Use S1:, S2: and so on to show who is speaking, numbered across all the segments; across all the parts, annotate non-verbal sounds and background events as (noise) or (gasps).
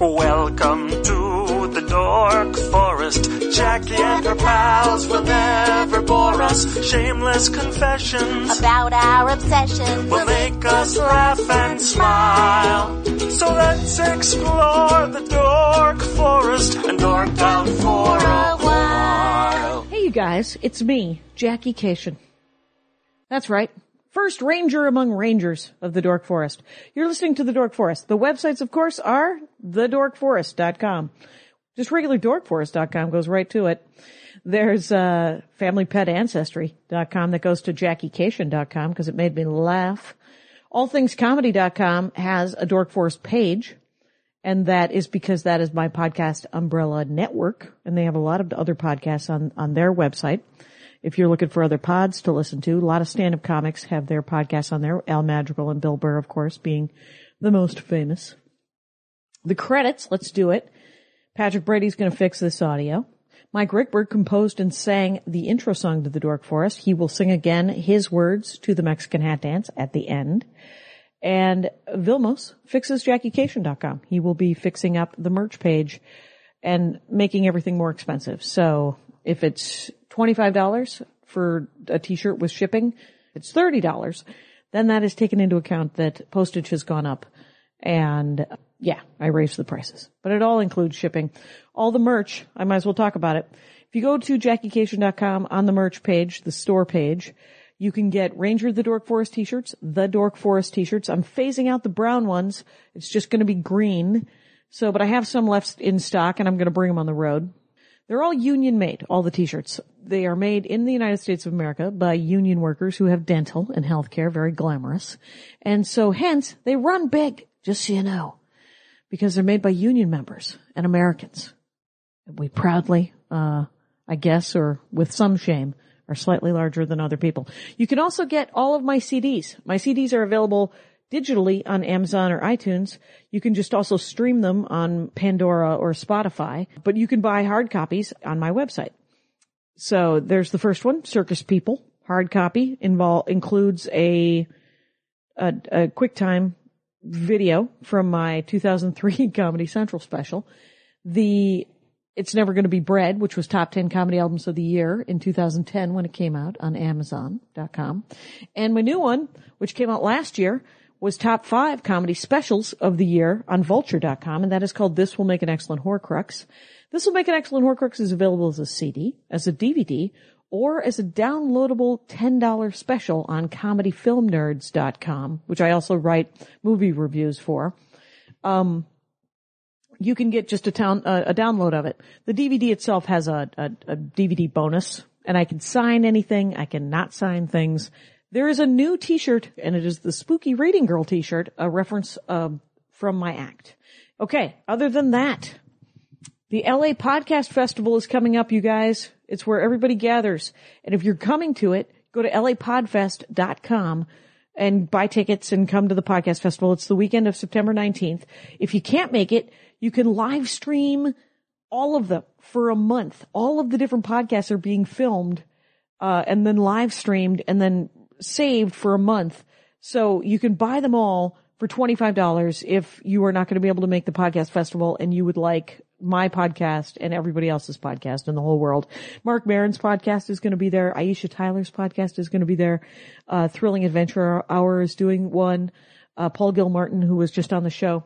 S1: Welcome to the Dork Forest. Jackie and her pals will never bore us. Shameless confessions
S2: about our obsession.
S1: will make us laugh and smile. So let's explore the Dork Forest and dork out for a while.
S3: Hey, you guys, it's me, Jackie Cation. That's right. First ranger among rangers of the Dork Forest. You're listening to the Dork Forest. The websites, of course, are thedorkforest.com. Just regular dorkforest.com goes right to it. There's, uh, familypetancestry.com that goes to jackiecation.com because it made me laugh. Allthingscomedy.com has a Dork Forest page. And that is because that is my podcast umbrella network. And they have a lot of other podcasts on, on their website. If you're looking for other pods to listen to, a lot of stand-up comics have their podcasts on there. Al Madrigal and Bill Burr, of course, being the most famous. The credits, let's do it. Patrick Brady's going to fix this audio. Mike Rickberg composed and sang the intro song to The Dork Forest. He will sing again his words to the Mexican hat dance at the end. And Vilmos fixes JackieCation.com. He will be fixing up the merch page and making everything more expensive. So if it's $25 for a t-shirt with shipping, it's $30. Then that is taken into account that postage has gone up. And uh, yeah, I raised the prices, but it all includes shipping. All the merch, I might as well talk about it. If you go to JackieCation.com on the merch page, the store page, you can get Ranger of the Dork Forest t-shirts, the Dork Forest t-shirts. I'm phasing out the brown ones. It's just going to be green. So, but I have some left in stock and I'm going to bring them on the road. They're all union made, all the t-shirts. They are made in the United States of America by union workers who have dental and healthcare, very glamorous. And so hence they run big, just so you know, because they're made by union members and Americans. And we proudly, uh, I guess, or with some shame, are slightly larger than other people. You can also get all of my CDs. My CDs are available digitally on Amazon or iTunes. You can just also stream them on Pandora or Spotify, but you can buy hard copies on my website. So there's the first one, Circus People. Hard copy involve, includes a, a, a QuickTime video from my 2003 (laughs) Comedy Central special. The It's Never Gonna Be Bread, which was top 10 comedy albums of the year in 2010 when it came out on Amazon.com. And my new one, which came out last year, was top five comedy specials of the year on vulture.com. And that is called This Will Make an Excellent Horcrux. This Will Make an Excellent Horcrux is available as a CD, as a DVD, or as a downloadable $10 special on comedyfilmnerds.com, which I also write movie reviews for. Um, you can get just a, town, uh, a download of it. The DVD itself has a, a, a DVD bonus, and I can sign anything. I can not sign things. There is a new T-shirt, and it is the Spooky Reading Girl T-shirt, a reference um, from my act. Okay. Other than that, the LA Podcast Festival is coming up, you guys. It's where everybody gathers. And if you're coming to it, go to lapodfest.com and buy tickets and come to the podcast festival. It's the weekend of September 19th. If you can't make it, you can live stream all of them for a month. All of the different podcasts are being filmed, uh, and then live streamed and then saved for a month. So you can buy them all for $25 if you are not going to be able to make the podcast festival and you would like my podcast and everybody else's podcast in the whole world. Mark Marin's podcast is going to be there. Aisha Tyler's podcast is going to be there. Uh, Thrilling Adventure Hour is doing one. Uh, Paul Gilmartin, who was just on the show.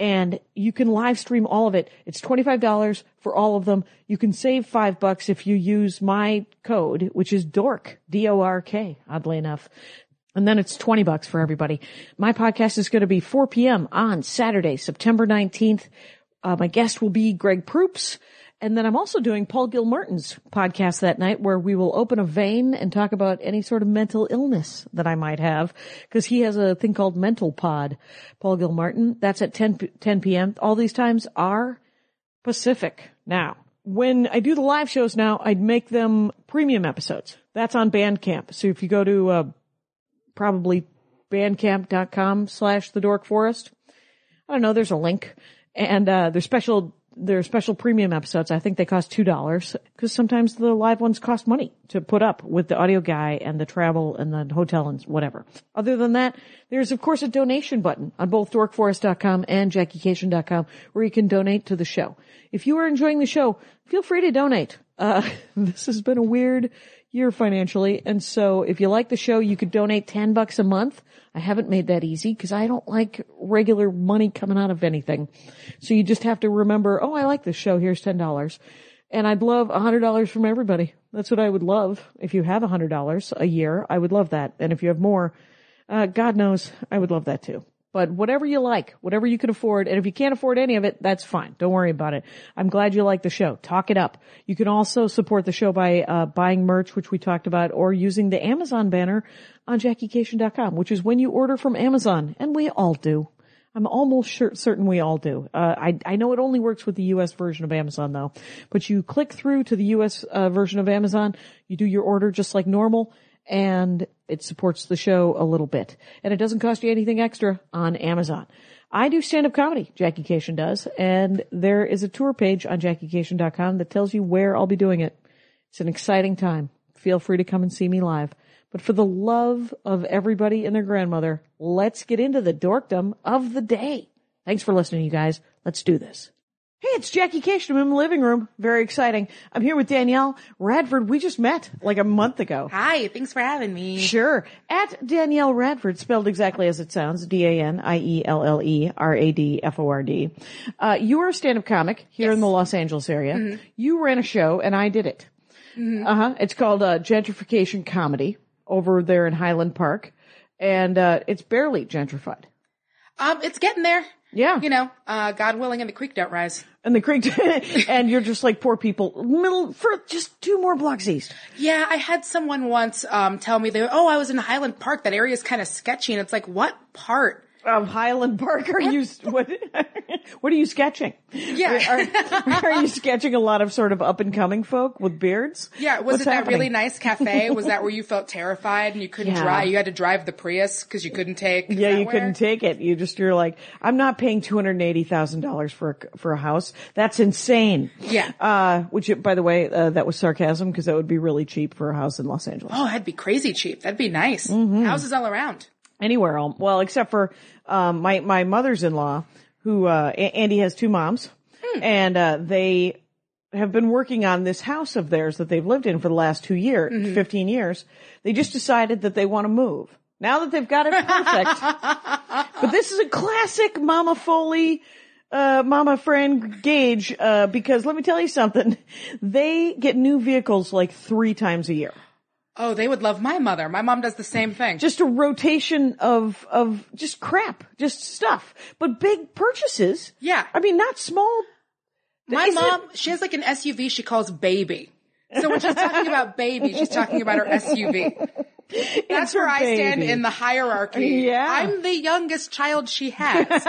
S3: And you can live stream all of it. It's $25 for all of them. You can save five bucks if you use my code, which is DORK, D-O-R-K, oddly enough. And then it's 20 bucks for everybody. My podcast is going to be 4 p.m. on Saturday, September 19th. Uh, my guest will be Greg Proops. And then I'm also doing Paul Gilmartin's podcast that night where we will open a vein and talk about any sort of mental illness that I might have because he has a thing called Mental Pod. Paul Gilmartin. That's at 10, p- 10 p.m. All these times are Pacific now. When I do the live shows now, I'd make them premium episodes. That's on Bandcamp. So if you go to, uh, probably bandcamp.com slash the dork forest. I don't know. There's a link and, uh, there's special their special premium episodes. I think they cost two dollars because sometimes the live ones cost money to put up with the audio guy and the travel and the hotel and whatever. Other than that, there's of course a donation button on both dorkforest.com and jackiecation.com where you can donate to the show. If you are enjoying the show, feel free to donate. Uh, (laughs) this has been a weird year financially. And so if you like the show, you could donate 10 bucks a month. I haven't made that easy because I don't like regular money coming out of anything. So you just have to remember, oh, I like this show. Here's $10. And I'd love $100 from everybody. That's what I would love. If you have $100 a year, I would love that. And if you have more, uh, God knows I would love that too. But whatever you like, whatever you can afford, and if you can't afford any of it, that's fine. Don't worry about it. I'm glad you like the show. Talk it up. You can also support the show by uh, buying merch, which we talked about, or using the Amazon banner on JackieCation.com, which is when you order from Amazon, and we all do. I'm almost sure, certain we all do. Uh, I, I know it only works with the U.S. version of Amazon though, but you click through to the U.S. Uh, version of Amazon, you do your order just like normal, and it supports the show a little bit. And it doesn't cost you anything extra on Amazon. I do stand-up comedy, Jackie Cation does, and there is a tour page on JackieCation.com that tells you where I'll be doing it. It's an exciting time. Feel free to come and see me live. But for the love of everybody and their grandmother, let's get into the dorkdom of the day. Thanks for listening, you guys. Let's do this. Hey, it's Jackie Cation. I'm in the living room. Very exciting. I'm here with Danielle Radford. We just met like a month ago.
S4: Hi, thanks for having me.
S3: Sure. At Danielle Radford, spelled exactly as it sounds, E D-A-N-I-E-L-L-E-R-A-D-F-O-R-D. Uh, you are a stand-up comic here in the Los Angeles area.
S4: Mm-hmm.
S3: You ran a show and I did it. Uh-huh. It's called, uh, Gentrification Comedy over there in Highland Park. And, uh, it's barely gentrified.
S4: Um, it's getting there.
S3: Yeah.
S4: You know, uh, God willing, and the creek don't rise.
S3: And the creek, (laughs) and you're just like poor people, middle, for just two more blocks east.
S4: Yeah, I had someone once um, tell me that, oh, I was in Highland Park. That area is kind of sketchy, and it's like, what part?
S3: Um, Highland Park, are you what? (laughs) what are you sketching?
S4: Yeah,
S3: Are, are you sketching a lot of sort of up and coming folk with beards?
S4: yeah. Was
S3: What's
S4: it that
S3: happening?
S4: really nice
S3: (laughs)
S4: cafe? Was that where you felt terrified and you couldn't
S3: Yeah.
S4: drive? You had to drive the Prius because you couldn't take. is
S3: Yeah,
S4: that
S3: you
S4: where?
S3: couldn't take it. You just you're like, I'm not paying two hundred eighty thousand dollars for a, for a house. That's insane.
S4: Yeah.
S3: Uh, which by the way, uh, that was sarcasm because that would be really cheap for a house in Los Angeles.
S4: Oh, that'd be crazy cheap. That'd be nice.
S3: Mm-hmm.
S4: Houses all around.
S3: anywhere. um, Well, except for um, my my mother's in law, who uh, A- Andy has two moms, and uh, they have been working on this house of theirs that they've lived in for the last two year, fifteen years. They just decided that they want to move now that they've got it perfect. but this is a classic Mama Foley. Uh, Mama friend Gage, uh, because let me tell you something, they get new vehicles like three times a year.
S4: Oh, they would love my mother. My mom does the same thing.
S3: just a rotation of of just crap, just stuff, but big purchases.
S4: Yeah.
S3: I mean not small.
S4: My
S3: Is it-
S4: mom, she has like an SUV she calls baby. So when she's talking about
S3: (laughs)
S4: baby, she's talking about her SUV. That's where I stand in the hierarchy.
S3: Yeah.
S4: I'm the youngest child
S3: (laughs)
S4: she has.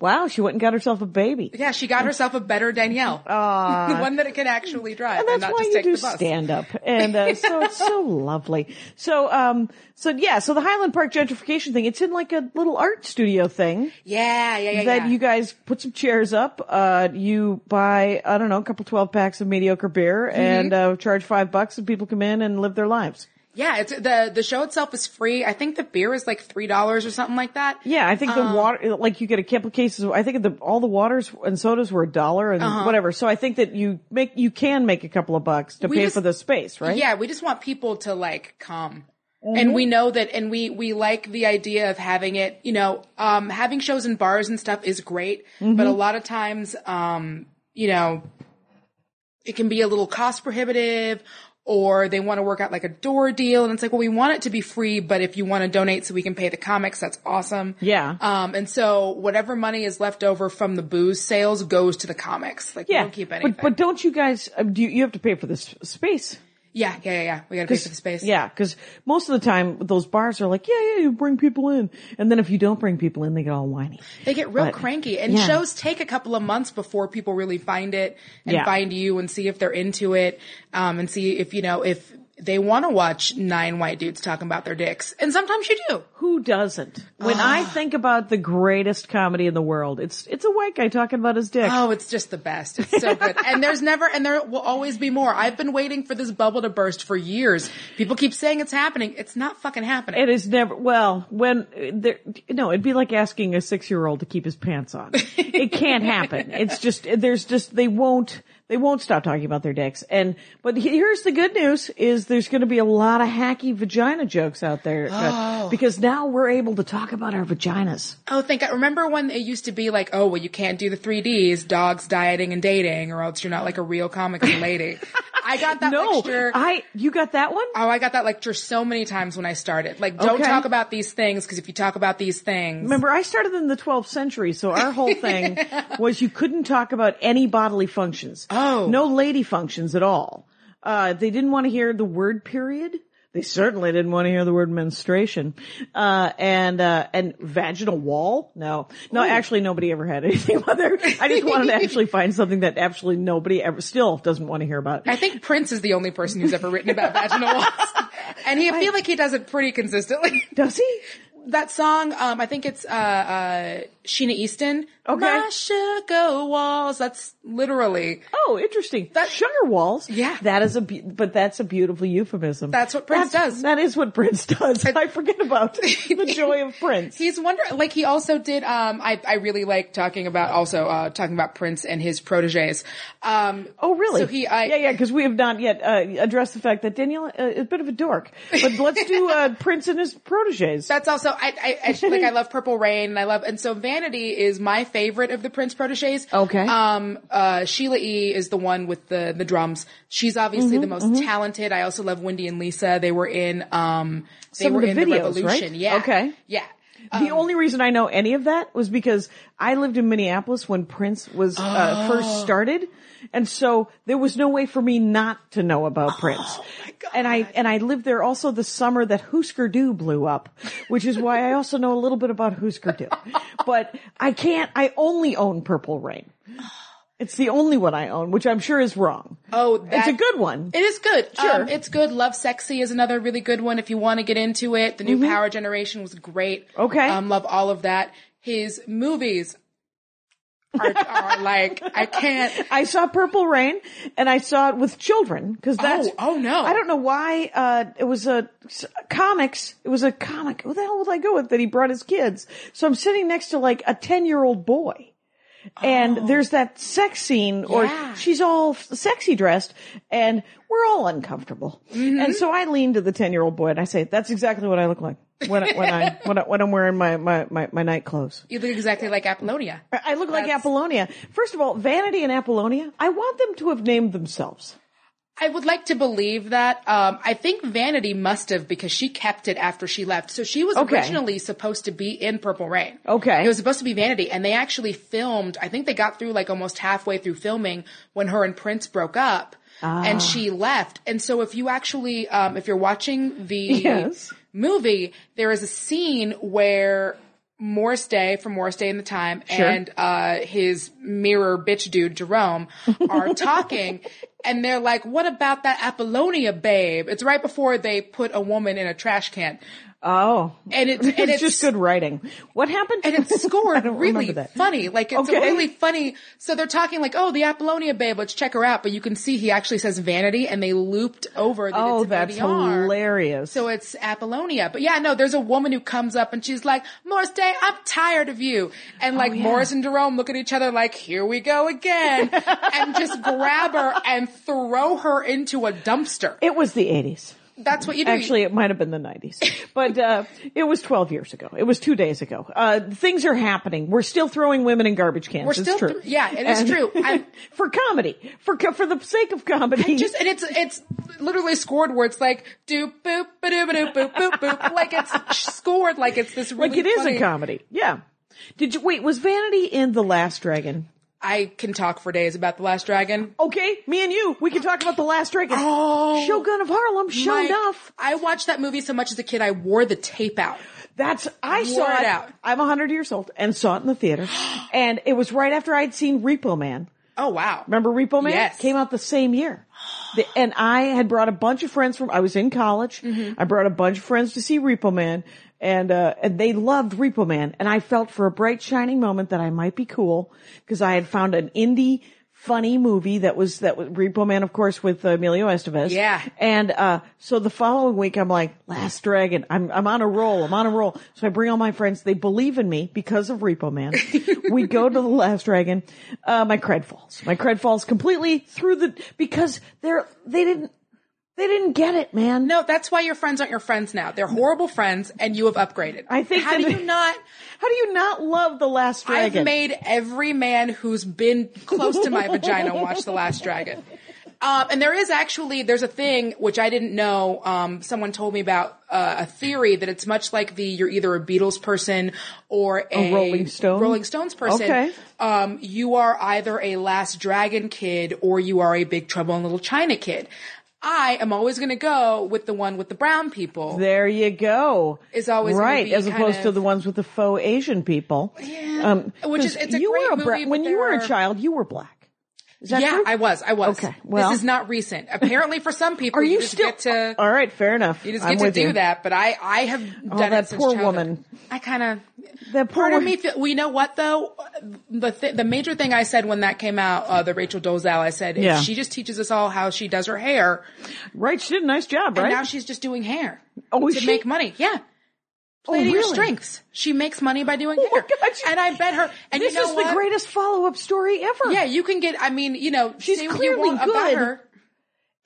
S3: Wow, she went and got herself a baby.
S4: yeah, she got herself a better Danielle. the (laughs) one that it can actually drive and,
S3: And
S4: not
S3: that's why
S4: just
S3: you
S4: take
S3: do
S4: the bus.
S3: stand up. And uh, so it's
S4: (laughs)
S3: so lovely. So um so yeah, so the Highland Park gentrification thing, it's in like a little art studio thing.
S4: yeah, yeah, yeah,
S3: that
S4: yeah.
S3: you guys put some chairs up. Uh, you buy, I don't know, a couple 12 packs of mediocre beer
S4: Mm-hmm.
S3: and, uh, charge five bucks and people come in and live their lives.
S4: yeah, it's the the show itself is free. I think the beer is like three dollars or something like that.
S3: Yeah, I think
S4: Um,
S3: the water, like you get a couple cases. Of, I think the, all the waters and sodas were a dollar and
S4: Uh-huh.
S3: whatever. So I think that you make, you can make a couple of bucks to
S4: We
S3: pay
S4: just-
S3: for the space, right? Mm-hmm.
S4: Yeah, we just want people to like come. And we know that, and we, we like the idea of having it, you know, um, having shows in bars and stuff is great,
S3: Mm-hmm.
S4: but a lot of times, um, you know, it can be a little cost prohibitive or they want to work out like a door deal. And it's like, well, we want it to be free, but if you want to donate so we can pay the comics, that's awesome.
S3: Yeah.
S4: Um, and so whatever money is left over from the booze sales goes to the comics. Like, we
S3: Yeah.
S4: don't keep anything.
S3: but, but don't you guys, uh, do you, you have to pay for this space?
S4: yeah, yeah, yeah, yeah. We got to pay for the space.
S3: Yeah, because most of the time those bars are like, yeah, yeah, you bring people in. And then if you don't bring people in, they get all whiny.
S4: They get real
S3: But-
S4: cranky and
S3: yeah.
S4: shows take a couple of months before people really find it and
S3: Yeah.
S4: find you and see if they're into it. Um, and see if, you know, if they want to watch nine white dudes talking about their dicks. And sometimes you do.
S3: Who doesn't? When I
S4: Ah.
S3: think about the greatest comedy in the world, it's it's a white guy talking about his dick.
S4: Oh, it's just the best. It's so good. and there's never, and there will always be more. I've been waiting for this bubble to burst for years. People keep saying it's happening. It's not fucking happening.
S3: It is never well when uh, there. No, it'd be like asking a six-year-old to keep his pants on. it can't happen. It's just there's just they won't they won't stop talking about their dicks. And but he- here's the good news is there's going to be a lot of hacky vagina jokes out there uh, because now we're able to talk about our vaginas.
S4: oh, think I remember when it used to be like, oh, well, you can't do the three Ds, dogs, dieting, and dating, or else you're not like a real comic
S3: (laughs)
S4: book lady. I got that
S3: No,
S4: lecture.
S3: I you got that one?
S4: Oh, I got that lecture so many times when I started. Like, don't
S3: Okay.
S4: talk about these things because if you talk about these things,
S3: Remember, I started in the 12th century, so our whole
S4: (laughs)
S3: thing was you couldn't talk about any bodily functions.
S4: Oh.
S3: No lady functions at all. Uh, they didn't want to hear the word period. They certainly didn't want to hear the word menstruation. Uh, and, uh, and vaginal wall? No. No, actually nobody ever had (laughs) anything about there. I just wanted to actually find something that absolutely nobody ever, still doesn't want to hear about.
S4: I think Prince is the only person who's ever written about vaginal (laughs) walls. And he, I feel like he does it pretty consistently.
S3: Does he?
S4: (laughs) that song, um, I think it's, uh, uh, Sheena Easton.
S3: Okay.
S4: My sugar walls. That's literally,
S3: Oh, interesting. That sugar walls.
S4: Yeah.
S3: that is a, be- but that's a beautiful euphemism.
S4: That's what Prince does.
S3: That is what Prince (laughs) does. I forget about
S4: (laughs)
S3: the joy of Prince.
S4: he's wonder, like he also did, um, I, I really like talking about also, uh, talking about Prince and his proteges. Um,
S3: Oh, really?
S4: So he, I,
S3: yeah, yeah, because we have not yet uh, addressed the fact that Danielle uh, is a bit of a dork. But let's do
S4: (laughs)
S3: uh, Prince and his proteges.
S4: That's also I, I, I
S3: (laughs)
S4: just, like I love Purple Rain and I love and so Vanity is my favorite of the Prince proteges.
S3: Okay.
S4: Um. Uh. Sheila E. is the one with the the drums. She's obviously
S3: Mm-hmm,
S4: the most talented. I also love Wendy and Lisa. They were in um. They
S3: Some of
S4: were
S3: the
S4: in
S3: videos,
S4: the
S3: right?
S4: Revolution. Yeah.
S3: Okay.
S4: Yeah.
S3: the only reason I know any of that was because I lived in Minneapolis when Prince was uh, first started, and so there was no way for me not to know about Prince. And I and I lived there also the summer that Husker Du blew up, which is why I also know a little bit about Husker Du. But I can't. I only own Purple Rain. It's the only one I own, which I'm sure is wrong.
S4: Oh, that,
S3: it's a good one.
S4: It is good.
S3: Sure.
S4: Um, it's good. Love Sexy is another really good one if you want to get into it. The new Power Generation was great.
S3: Mm-hmm. Okay.
S4: Um, love all of that. His movies are, are like, I can't.
S3: I saw Purple Rain and I saw it with children because that's.
S4: Oh, oh, no.
S3: I don't know why, uh, it was a comics. It was a comic. Who the hell would I go with that he brought his kids? So I'm sitting next to like a 10 year old boy. And there's that sex scene or
S4: Oh. Yeah.
S3: she's all f- sexy dressed and we're all uncomfortable.
S4: Mm-hmm.
S3: And so I lean to the 10 year old boy and I say, that's exactly what I look like when, I, when, I, (laughs) when, I, when I'm wearing my, my, my, my night clothes.
S4: You look exactly like Apollonia.
S3: I look like Apollonia. First of all, Vanity and Apollonia, I want them to have named themselves.
S4: I would like to believe that. Um, I think Vanity must have because she kept it after she left. So she was
S3: Okay.
S4: originally supposed to be in Purple Rain.
S3: Okay.
S4: It was supposed to be Vanity, and they actually filmed. I think they got through like almost halfway through filming when her and Prince broke up.
S3: Ah.
S4: And she left. And so if you actually, um, if you're watching the
S3: Yes.
S4: movie, there is a scene where Morris Day from Morris Day in the Time and uh, his mirror bitch dude Jerome
S3: (laughs)
S4: are talking, and they're like, "What about that Apollonia babe?" It's right before they put a woman in a trash can,
S3: Oh.
S4: and it,
S3: It's,
S4: and it's
S3: just good writing. What happened? (laughs)
S4: and it's scored
S3: don't
S4: really
S3: remember that.
S4: funny. Like it's
S3: Okay.
S4: a really funny. So they're talking like, "Oh, the Apollonia babe, let's check her out." But you can see he actually says vanity, and they looped over. That
S3: oh,
S4: it's
S3: that's
S4: VDR.
S3: hilarious.
S4: So it's Apollonia. But yeah, no, there's a woman who comes up and she's like, Morris Day, I'm tired of you. And like
S3: Oh, yeah.
S4: Morris and Jerome look at each other like, here we
S3: (laughs)
S4: go again. and just grab her and throw her into a dumpster.
S3: it was the 80s.
S4: That's what you do.
S3: Actually, it might have been the 90s, but uh, it was 12 years ago. It was two days ago. Uh, things are happening. We're still throwing women in garbage cans.
S4: We're
S3: It's
S4: still
S3: true.
S4: thr- yeah, it is
S3: And- (laughs)
S4: true. I-
S3: for comedy, for co- for the sake of comedy,
S4: just and it's it's literally scored where it's like doop boop ba doop doop boop boop
S3: (laughs)
S4: boop like it's scored like it's this really
S3: like it is
S4: funny-
S3: a comedy. Yeah. Did you wait? Was Vanity in the Last Dragon?
S4: I can talk for days about the Last Dragon.
S3: Okay, me and you, we can talk about the Last Dragon.
S4: Oh,
S3: Shogun of Harlem. Show
S4: my-
S3: enough.
S4: I watched that movie so much as a kid I wore the tape out.
S3: That's I
S4: Wore
S3: saw
S4: it
S3: it.
S4: out.
S3: I'm 100 years old and saw it in the
S4: (gasps)
S3: theater, and it was right after I'd seen Repo Man.
S4: Oh wow.
S3: Remember Repo Man?
S4: Yes.
S3: Came out the same year. The- And I had brought a bunch of friends from, I was in college.
S4: Mm-hmm.
S3: I brought a bunch of friends to see Repo Man and, uh, and they loved Repo Man. And I felt for a bright shining moment that I might be cool because I had found an indie funny movie that was, that was Repo Man, of course, with uh, Emilio Estevez.
S4: Yeah.
S3: And, uh, so the following week I'm like, Last Dragon. I'm, I'm on a roll. I'm on a roll. So I bring all my friends. They believe in me because of Repo
S4: (laughs)
S3: Man. we go to the Last Dragon. Uh, my cred falls. My cred falls completely through the, because they're, they didn't, they didn't get it, man.
S4: No, that's why your friends aren't your friends now. They're horrible friends, and you have upgraded.
S3: I think
S4: How
S3: that-
S4: do you not?
S3: How do you not love the Last (laughs) Dragon?
S4: I've made every man who's been close to my vagina watch The Last Dragon. Um, and there is actually there's a thing which I didn't know. Um, someone told me about uh, a theory that it's much like the you're either a Beatles person or a,
S3: Rolling Stone?
S4: Rolling Stones person.
S3: Okay.
S4: Um, you are either a Last Dragon kid or you are a Big Trouble in Little China kid. I am always going to go with the one with the brown people.
S3: There you go.
S4: It's always gonna
S3: right,
S4: be
S3: as
S4: kind
S3: opposed to
S4: of-
S3: the ones with the faux Asian people.
S4: Yeah.
S3: Um,
S4: Which is-
S3: 'cause
S4: it's a
S3: you
S4: great
S3: were a bra-
S4: movie, but
S3: when you
S4: there
S3: were a
S4: are-
S3: child, you were black. Is that
S4: yeah,
S3: true?
S4: I was. I was.
S3: Okay, well-
S4: this is not recent. Apparently, for some
S3: (laughs)
S4: people,
S3: Are you,
S4: just
S3: still? Oh,
S4: get to
S3: All right, fair enough.
S4: you just
S3: I'm
S4: get to
S3: with
S4: do
S3: you. Oh,
S4: that. But I, I have done it
S3: that
S4: since
S3: poor
S4: childhood.
S3: woman.
S4: I kind of
S3: That poor
S4: part of
S3: wo-
S4: me. Feel, well, you know what though? The th- the major thing I said when that came out, uh, the Rachel Dozal, I said, if
S3: Yeah.
S4: she just teaches us all how she does her hair,
S3: Right, she did a nice job,
S4: and
S3: right?
S4: now she's just doing hair
S3: Oh, is
S4: to
S3: she?
S4: make money. Yeah. Play
S3: Oh,
S4: to your
S3: really?
S4: strengths. She makes money by doing
S3: Oh my
S4: hair.
S3: God, she-
S4: and I bet her. And
S3: this
S4: you know
S3: is
S4: what?
S3: the greatest follow-up story ever.
S4: yeah, you can get. I mean, you know,
S3: She's
S4: say what you
S3: clearly
S4: want
S3: good.
S4: about her.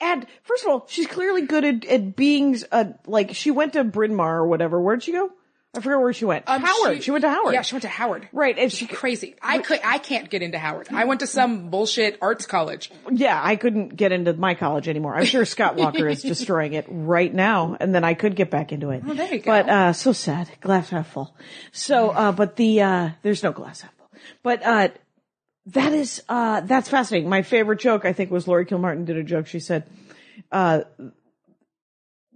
S3: And first of all, she's clearly good at, at being uh, like she went to Bryn Mawr or whatever. Where'd she go? I forget where she went.
S4: Um,
S3: Howard. She, went to Howard.
S4: Yeah, she went to Howard.
S3: Right, and she
S4: Crazy. I could. I can't get into Howard. I went to some bullshit arts college.
S3: yeah, I couldn't get into my college anymore. I'm sure Scott Walker
S4: (laughs)
S3: is destroying it right now, and then I could get back into it.
S4: Oh, there you go.
S3: But uh, so sad, glass half full. So, uh, but the uh, there's no glass half full. But uh, that is uh, that's fascinating. My favorite joke, I think, was Lori Kilmartin did a joke. She said, uh,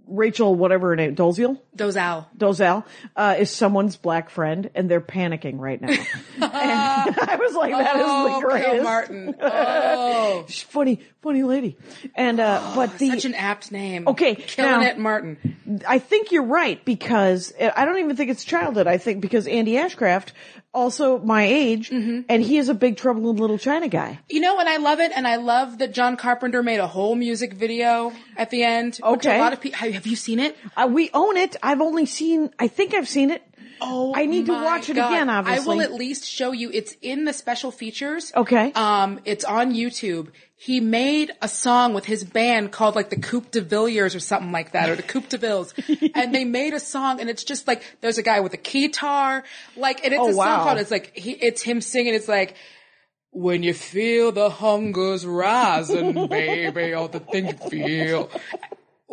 S3: "Rachel, whatever her name, Dolezal,
S4: Those owl.
S3: Dozell uh, is someone's black friend, and they're panicking right
S4: (laughs)
S3: now." and (laughs) I was like, "That is
S4: oh,
S3: the greatest." (laughs)
S4: Bill Martin. Oh,
S3: She's funny, funny lady. And uh but the
S4: such an apt name.
S3: Okay,
S4: killing
S3: now-
S4: it, Martin.
S3: I think you're right because I don't even think it's childhood. I think because Andy Ashcraft, also my age,
S4: Mm-hmm.
S3: and he is a big trouble in Little China guy.
S4: You know, and I love it, and I love that John Carpenter made a whole music video at the end. which
S3: Okay.
S4: a lot of people. Have you seen it?
S3: Uh, we own it. I've only seen. I think I've seen it.
S4: Oh,
S3: I need to
S4: my
S3: watch it
S4: God.
S3: again, obviously.
S4: I will at least show you. It's in the special features.
S3: Okay.
S4: Um, it's on YouTube. He made a song with his band called like the Coupe de Villiers or something like that, or the Coupe
S3: (laughs)
S4: de Villes. and they made a song and it's just like, there's a guy with a guitar, like, and it's
S3: Oh,
S4: a
S3: wow.
S4: song called, it's like, he, it's him singing, it's like, when you feel the
S3: (laughs)
S4: hunger's rising, baby, all the things you feel.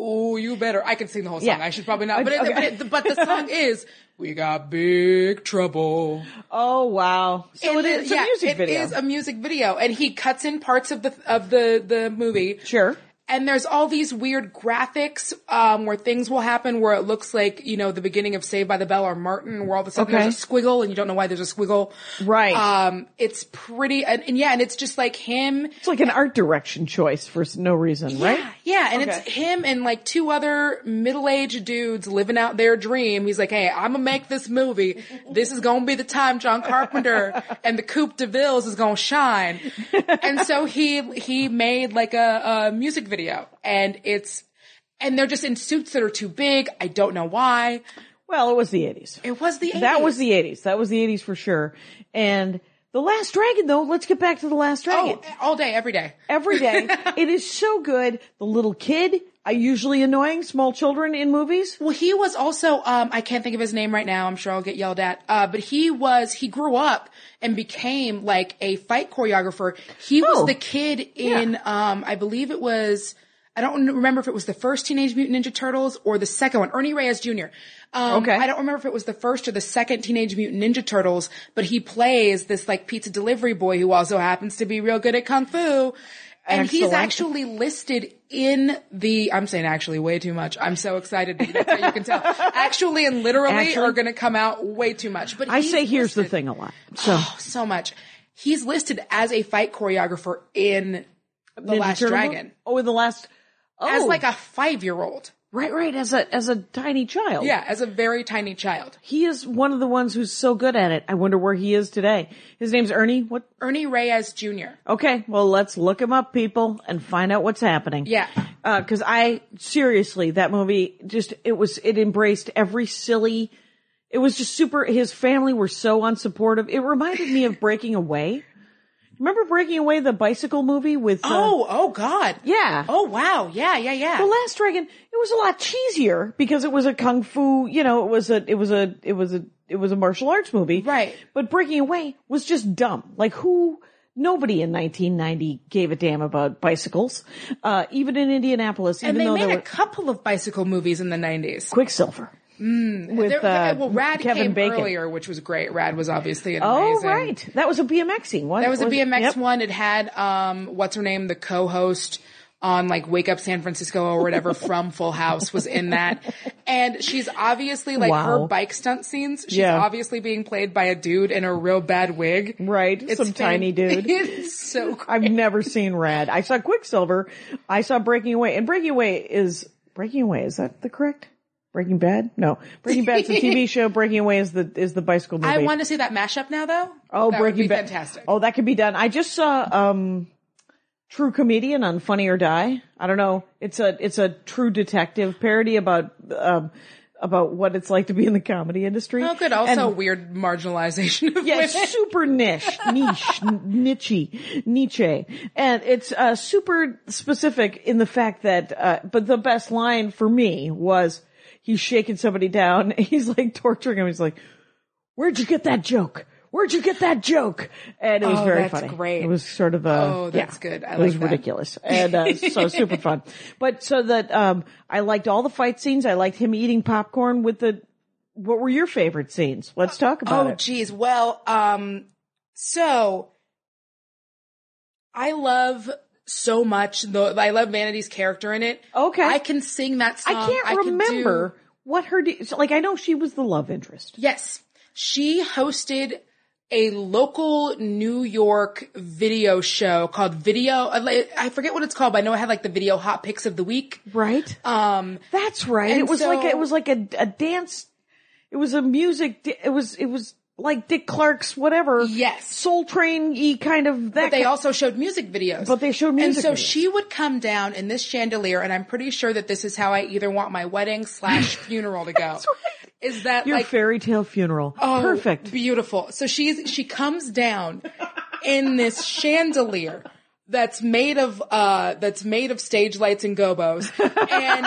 S4: Oh, you better. I can sing the whole song.
S3: Yeah.
S4: I should probably not. But, it,
S3: Okay.
S4: but, it, but
S3: (laughs)
S4: the song is, we got big trouble.
S3: Oh wow! So it
S4: And
S3: is
S4: then-
S3: a music
S4: it
S3: video.
S4: is a music video, and he cuts in parts of the of the the movie.
S3: sure.
S4: And there's all these weird graphics um, where things will happen where it looks like you know the beginning of Saved by the Bell or Martin, where all of a sudden
S3: Okay.
S4: there's a squiggle and you don't know why there's a squiggle.
S3: Right.
S4: Um, it's pretty, and, and yeah, and it's just like him.
S3: It's like an art direction choice for s- no reason,
S4: Yeah,
S3: right?
S4: yeah, and
S3: Okay.
S4: it's him and like two other middle-aged dudes living out their dream. He's like, "Hey, I'm gonna make this movie. This is gonna be the time John Carpenter (laughs) and the Coupe de Villes is gonna shine." And so he he made like a, a music video, and it's and they're just in suits that are too big. I don't know why.
S3: Well, it was the eighties.
S4: It was the 80s.
S3: That was the eighties. That was the eighties for sure. And the Last Dragon, though. Let's get back to the Last Dragon.
S4: oh, all day, every day.
S3: every
S4: (laughs)
S3: day. it is so good. The little kid, I usually annoying small children in movies.
S4: Well, he was also, um, I can't think of his name right now. I'm sure I'll get yelled at. Uh, but he was, he grew up and became like a fight choreographer. He
S3: Oh.
S4: was the kid in, um, I believe it was, I don't remember if it was the first Teenage Mutant Ninja Turtles or the second one, Ernie Reyes Jr. Um,
S3: Okay.
S4: I don't remember if it was the first or the second Teenage Mutant Ninja Turtles, but he plays this like pizza delivery boy who also happens to be real good at kung fu. And he's
S3: Excellent.
S4: actually listed in the, I'm saying actually way too much. I'm so excited. That's how you
S3: (laughs)
S4: can tell. Actually and literally
S3: Actually-
S4: are going to come out way too much. But
S3: I
S4: he's
S3: say here's the
S4: listed-
S3: thing
S4: Oh,
S3: a lot. So
S4: so much. He's listed as a fight choreographer in The Last
S3: Turtle
S4: Dragon.
S3: book? Oh, the last. Oh,
S4: As like a five year old.
S3: right, right. As a as a tiny child.
S4: Yeah, as a very tiny child.
S3: He is one of the ones who's so good at it. I wonder where he is today. His name's Ernie. What?
S4: Ernie Reyes Jr.
S3: Okay. Well, let's look him up, people, and find out what's happening.
S4: Yeah.
S3: Uh, cause I, seriously, that movie just, it was, it embraced every silly, it was just super, his family were so unsupportive. It reminded me of Breaking Away. Remember Breaking Away, the bicycle movie with, uh,
S4: Oh, oh God.
S3: yeah.
S4: Oh wow. Yeah, yeah, yeah.
S3: The Last Dragon, it was a lot cheesier because it was a kung fu, you know, it was a, it was a, it was a, it was a martial arts movie.
S4: Right.
S3: But Breaking Away was just dumb. Like who, nobody in 1990 gave a damn about bicycles. Uh, even in Indianapolis, even
S4: and they
S3: though
S4: made
S3: there
S4: a
S3: were
S4: couple of bicycle movies in the nineties.
S3: Quicksilver. with,
S4: Mm, There-
S3: uh,
S4: well, Rad
S3: Kevin
S4: came
S3: Bacon.
S4: earlier, which was great. Rad was obviously an
S3: Oh,
S4: amazing.
S3: right. That was a BMXing one.
S4: That was a
S3: it?
S4: BMX
S3: Yep.
S4: one. It had um, what's her name, the co-host on like Wake Up San Francisco
S3: (laughs)
S4: or whatever from Full House was in that, and she's obviously like
S3: Wow.
S4: her bike stunt scenes. She's
S3: Yeah.
S4: obviously being played by a dude in a real bad wig.
S3: Right. Some tiny
S4: (laughs)
S3: dude.
S4: it's so great.
S3: I've never seen Rad. I saw Quicksilver. I saw Breaking Away. And Breaking Away is Breaking Away. Is that the correct? Breaking Bad? No. Breaking Bad's the
S4: (laughs)
S3: TV show. Breaking Away is the is the bicycle movie.
S4: I want to see that mashup now though.
S3: oh,
S4: that
S3: Breaking
S4: would be
S3: Bad.
S4: fantastic.
S3: Oh, that could be done. I just saw um True Comedian on Funny or Die. I don't know. It's a it's a true detective parody about um about what it's like to be in the comedy industry.
S4: Oh, good. Also,
S3: And-
S4: weird marginalization
S3: (laughs)
S4: of
S3: yeah,
S4: women.
S3: super niche, niche, niche, niche, and it's uh, super specific in the fact that. Uh, but the best line for me was he's shaking somebody down. (laughs) He's like torturing him. He's like, "Where'd you get that joke? Where'd you get that joke?" And it was
S4: Oh,
S3: very
S4: that's
S3: funny.
S4: great.
S3: It was sort of a
S4: Oh, that's good. I
S3: it was
S4: like that.
S3: ridiculous and uh,
S4: (laughs)
S3: so super fun. But so that um, I liked all the fight scenes. I liked him eating popcorn with the. What were your favorite scenes? Let's talk about
S4: Oh,
S3: it.
S4: geez. Well, um, so I love so much. The I love Vanity's character in it.
S3: Okay.
S4: I can sing that song.
S3: I can't
S4: could Um, do-
S3: remember what her de- so, like. I know she was the love interest.
S4: yes, she hosted a local New York video show called Video. I forget what it's called, but I know it had like the video hot picks of the week.
S3: Right.
S4: Um,
S3: Uh, That's right.
S4: and
S3: It was like
S4: so-
S3: it was like a, a dance. It was a music. di- It was it was like Dick Clark's whatever.
S4: Yes.
S3: Soul Train y kind of that.
S4: But they
S3: ki-
S4: also showed music videos.
S3: But they showed music
S4: And so
S3: videos.
S4: she would come down in this chandelier, and I'm pretty sure that this is how I either want my wedding slash funeral to go. Is that
S3: your
S4: like
S3: fairy tale funeral.
S4: oh,
S3: Perfect.
S4: beautiful? So she's she comes down in this chandelier that's made of uh that's made of stage lights and gobos, and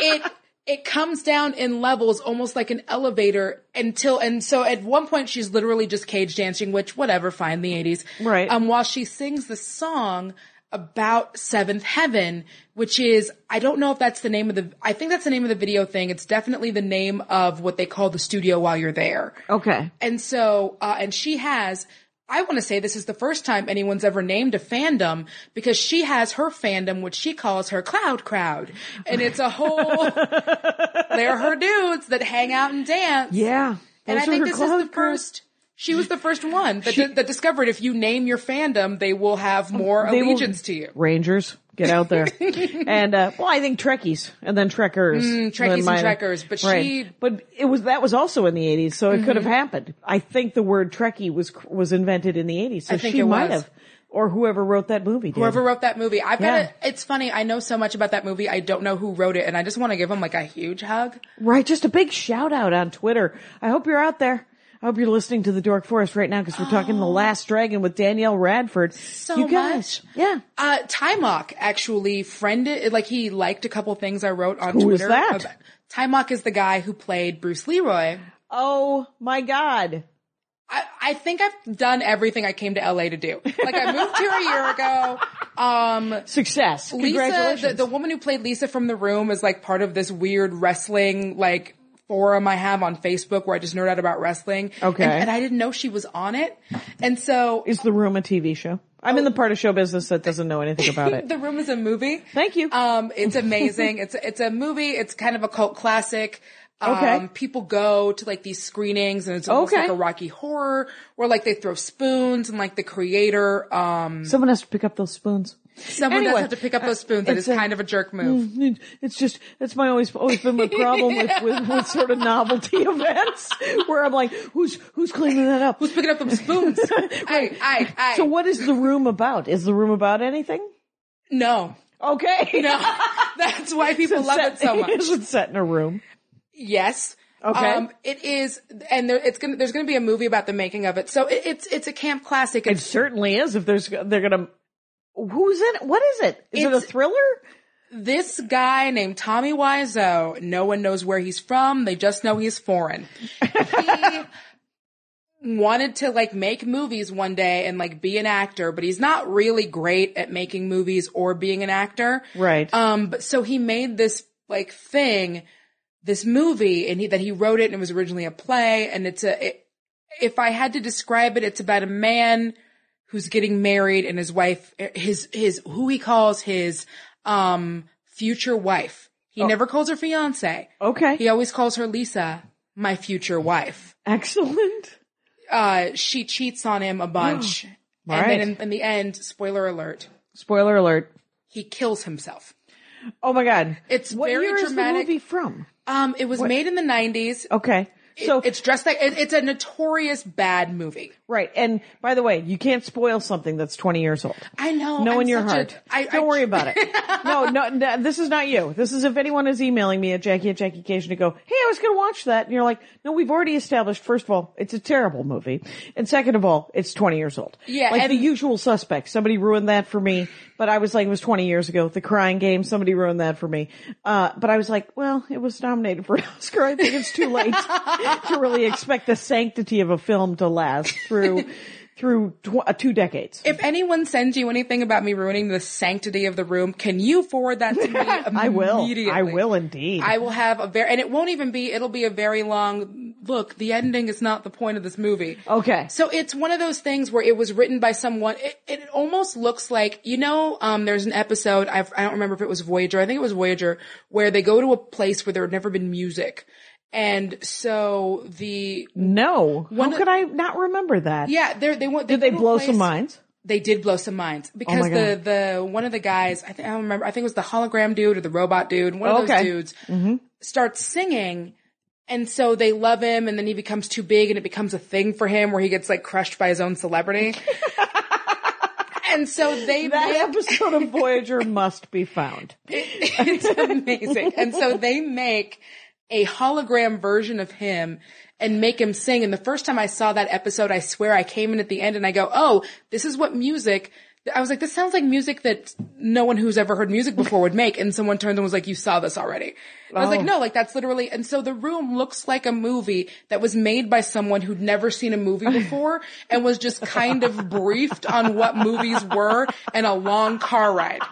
S4: it. It comes down in levels almost like an elevator until, and so at one point she's literally just cage dancing, which whatever, fine, the 80s.
S3: Right.
S4: Um, while she sings the song about Seventh Heaven, which is, I don't know if that's the name of the, I think that's the name of the video thing. It's definitely the name of what they call the studio while you're there.
S3: okay.
S4: And so, uh, and she has, I want to say this is the first time anyone's ever named a fandom because she has her fandom, which she calls her cloud crowd. And it's
S3: (laughs)
S4: a whole, they're her dudes that hang out and dance.
S3: Yeah. Those
S4: And I
S3: are her
S4: think this is the
S3: cloud girls.
S4: first. She was the first one that, that discovered if you name your fandom, they will have more
S3: Oh, They will-
S4: allegiance to you.
S3: Rangers, get out
S4: (laughs)
S3: there. and uh well, I think Trekkies and then Trekkers.
S4: Mm, Trekkies
S3: Then
S4: and
S3: mine-
S4: Trekkers, but she- Mm-hmm.
S3: But it was that was also in the 80s, so it could have happened. I think the word Trekkie was was invented in the 80s, so
S4: I think
S3: she
S4: it
S3: might
S4: was.
S3: have or whoever wrote that movie did.
S4: Whoever wrote that movie, I've
S3: Yeah.
S4: got to It's funny. I know so much about that movie. I don't know who wrote it, and I just want to give him like a huge hug.
S3: Right, just a big shout out on Twitter. I hope you're out there. I hope you're listening to the Dork Forest right now because we're talking The Last Dragon with Danielle Radford.
S4: Oh. So
S3: you guys,
S4: much.
S3: yeah.
S4: Uh, Timok actually friended, like he liked a couple things I wrote on
S3: Who is
S4: Twitter.
S3: that?
S4: about- Timok is the guy who played Bruce Leroy.
S3: Oh my God.
S4: I, I think I've done everything I came to LA to do. Like I moved here a year
S3: (laughs)
S4: ago. Um,
S3: Success.
S4: Lisa,
S3: Congratulations.
S4: the, the woman who played Lisa from The Room is like part of this weird wrestling, like, forum I have on Facebook where I just nerd out about wrestling.
S3: Okay.
S4: And, and I didn't know she was on it. And so
S3: Is the room a TV show? I'm in the part of show business that doesn't know anything about
S4: (laughs)
S3: it.
S4: The Room is a movie.
S3: Thank you.
S4: Um, it's amazing. it's, it's a movie. It's kind of a cult classic.
S3: Okay.
S4: Um, people go to like these screenings and it's almost
S3: Okay.
S4: like a Rocky horror where like they throw spoons and like the creator, um,
S3: Someone has to pick up those spoons.
S4: someone
S3: Anyway, uh,
S4: does have to pick up those spoons. That
S3: it's
S4: is
S3: a-
S4: kind of a jerk move.
S3: It's just it's my always always been my problem
S4: (laughs)
S3: with, with, with sort of novelty (laughs) events where I'm like, who's who's cleaning that up?
S4: Who's picking up them
S3: (laughs)
S4: spoons? I, I, I.
S3: So what is the room about? Is the room about anything?
S4: No.
S3: Okay.
S4: (laughs)
S3: (laughs)
S4: No. That's why people love it so much.
S3: Is it set in a room?
S4: Yes. Um,
S3: Okay.
S4: it is, and there, it's gonna, there's gonna be a movie about the making of it. So it, it's, it's a camp classic.
S3: It
S4: It's,
S3: certainly is. If there's they're gonna who's in it? What is it? Is it a
S4: It's-
S3: thriller?
S4: this guy named Tommy Wiseau, no one knows where he's from. They just know he's foreign. He (laughs) wanted to like make movies one day and like be an actor, but he's not really great at making movies or being an actor.
S3: Right.
S4: Um, but so he made this like thing, this movie, and he that he wrote it and it was originally a play. And it's a, it, if I had to describe it, it's about a man who's getting married and his wife, his his who he calls his um future wife. He never calls her fiance.
S3: okay.
S4: He always calls her Lisa, my future wife
S3: Excellent.
S4: uh, she cheats on him a bunch. and
S3: Right.
S4: then in, in the end, spoiler alert,
S3: Spoiler alert.
S4: he kills himself.
S3: Oh my god.
S4: It's
S3: what
S4: very
S3: year
S4: dramatic.
S3: is the movie from?
S4: Um, it was made in the 90s.
S3: Okay. So
S4: it's dressed like, it, it's a notorious bad movie.
S3: right, and by the way, you can't spoil something that's twenty years old.
S4: I know.
S3: No,
S4: I'm
S3: in your
S4: such a-
S3: heart.
S4: I-
S3: Don't
S4: I-
S3: worry about it. no, no, no, this is not you. This is if anyone is emailing me at Jackie at Jackie Cation to go, hey, I was going to watch that. And you're like, no, we've already established, first of all, it's a terrible movie. And second of all, it's 20 years old.
S4: Yeah,
S3: Like the
S4: and-
S3: usual suspect. Somebody ruined that for me, but I was like, it was 20 years ago. The crying game, somebody ruined that for me. Uh, but I was like, well, it was nominated for an Oscar. I think it's too late to really expect the sanctity of a film to last through, through tw- uh, two decades.
S4: If anyone sends you anything about me ruining the sanctity of the room, can you forward that to me immediately?
S3: (laughs) I will. I will indeed.
S4: I will have a very, and it won't even be, it'll be a very long, look, the ending is not the point of this movie.
S3: okay.
S4: So it's one of those things where it was written by someone. It, it almost looks like you know. Um, there's an episode I've, I don't remember if it was Voyager. I think it was Voyager where they go to a place where there had never been music, and so the
S3: No.
S4: One
S3: How
S4: of-
S3: could I not remember that?
S4: yeah they they went.
S3: Did they
S4: go to a
S3: blow
S4: place-
S3: some minds?
S4: They did blow some minds because
S3: Oh my
S4: the the one of the guys I, think I don't remember I think it was the hologram dude or the robot dude. One of
S3: Oh, Okay. Mm-hmm.
S4: those dudes starts singing. And so they love him and then he becomes too big and it becomes a thing for him where he gets like crushed by his own celebrity.
S3: (laughs)
S4: and so they
S3: That
S4: make-
S3: episode (laughs) of Voyager must be found.
S4: (laughs) it's amazing. And so they make a hologram version of him and make him sing. And the first time I saw that episode, I swear I came in at the end and I go, Oh, this is what music. I was like, this sounds like music that no one who's ever heard music before would make. And someone turned and was like, you saw this already. And I was
S3: Oh.
S4: like, no, like that's literally. And so the room looks like a movie that was made by someone who'd never seen
S3: (laughs)
S4: a movie before and was just kind of briefed on what movies were and a long car ride.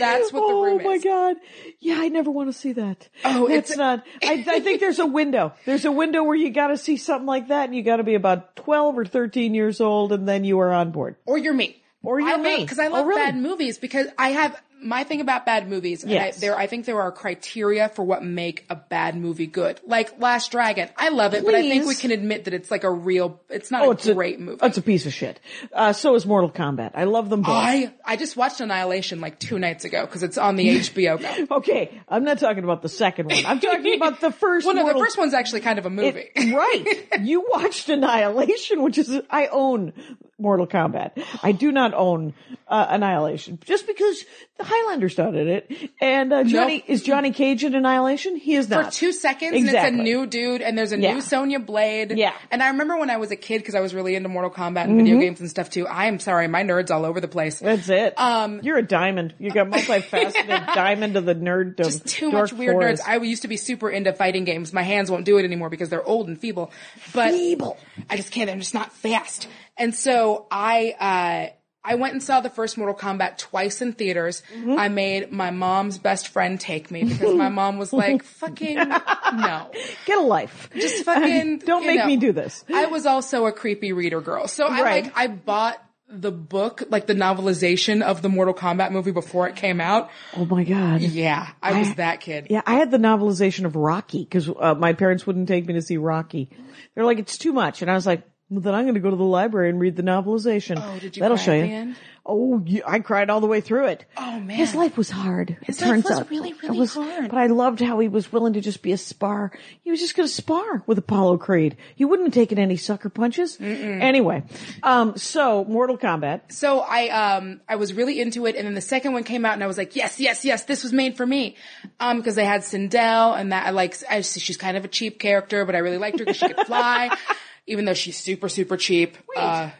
S4: That's what the
S3: oh
S4: room
S3: my
S4: is.
S3: god. Yeah, I never want to see that.
S4: Oh,
S3: that's
S4: it's-
S3: not. I, I think there's a window. There's a window where you got to see something like that, and you got to be about twelve or thirteen years old, and then you are on board.
S4: Or you're me.
S3: Or you're me.
S4: Because I
S3: Oh,
S4: love
S3: really?
S4: bad movies because I have my thing about bad movies. and
S3: Yes.
S4: I, there, I think there are criteria for what make a bad movie good. Like Last Dragon. I love it, but I think we
S3: Please. Oh,
S4: can admit that it's like a real, it's not a great movie.
S3: It's a piece of shit. Uh, so is Mortal Kombat. I love them both.
S4: I, I just watched Annihilation like two nights ago because it's on the
S3: (laughs)
S4: HBO go.
S3: okay, I'm not talking about the second one. I'm (laughs) talking about the first.
S4: Well, no,
S3: Mortal
S4: the first one's actually kind of a movie.
S3: It- (laughs) right. You watched Annihilation, which is, I own Mortal Kombat. I do not own uh, Annihilation just because the Highlanders not in it. And uh, Johnny, is Johnny Cage in Annihilation? He is
S4: for
S3: not.
S4: two seconds and it's
S3: Exactly.
S4: a new dude and there's a
S3: Yeah.
S4: new Sonya Blade.
S3: Yeah. Mm-hmm.
S4: And I remember when I was a kid because I was really into Mortal Kombat and video games and stuff too. I am sorry, my nerd's all over the place.
S3: That's it.
S4: Um,
S3: You're a diamond. You got
S4: (laughs)
S3: multifaceted diamond of the nerd.
S4: just too much weird nerds. I used to be super into fighting games. My hands won't do it anymore because they're old and feeble. But
S3: Feeble.
S4: I just can't. I'm just not fast. And so I uh I went and saw the first Mortal Kombat twice in theaters.
S3: Mm-hmm.
S4: I made my mom's best friend take me
S3: (laughs)
S4: because my mom was like, "Fucking no."
S3: Get a life. (laughs)
S4: Just fucking
S3: Don't
S4: you
S3: make
S4: know.
S3: me do this.
S4: I was also a creepy reader girl. So I
S3: Right.
S4: like I bought the book, like the novelization of the Mortal Kombat movie before it came out.
S3: Oh my god.
S4: Yeah, I was that kid.
S3: Yeah, I had the novelization of Rocky because uh, my parents wouldn't take me to see Rocky. They're like, it's too much, and I was like, well, then I'm going to go to the library and read the novelization.
S4: Oh, did you
S3: That'll
S4: cry
S3: show
S4: at
S3: you.
S4: the end?
S3: Oh, yeah, I cried all the way through it.
S4: Oh, man.
S3: his life was hard.
S4: His
S3: it
S4: life
S3: turns
S4: was
S3: out
S4: really,
S3: It
S4: really
S3: was-
S4: hard.
S3: But I loved how he was willing to just be a spar. He was just going to spar with Apollo Creed. He wouldn't have taken any sucker punches. Anyway, um, so Mortal Kombat.
S4: So I um I was really into it, and then the second one came out, and I was like, yes, yes, yes, this was made for me, um because they had Sindel, and that I like I, she's kind of a cheap character, but I really liked her because she
S3: (laughs)
S4: could fly, even though she's super super cheap. Uh,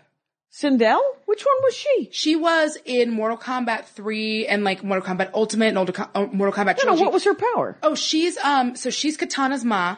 S3: Sindel? Which one was she?
S4: she was in Mortal Kombat three and like Mortal Kombat Ultimate and Ultra, uh, Mortal Kombat
S3: I don't
S4: trilogy.
S3: know. What was her power?
S4: oh, she's um so she's Katana's ma.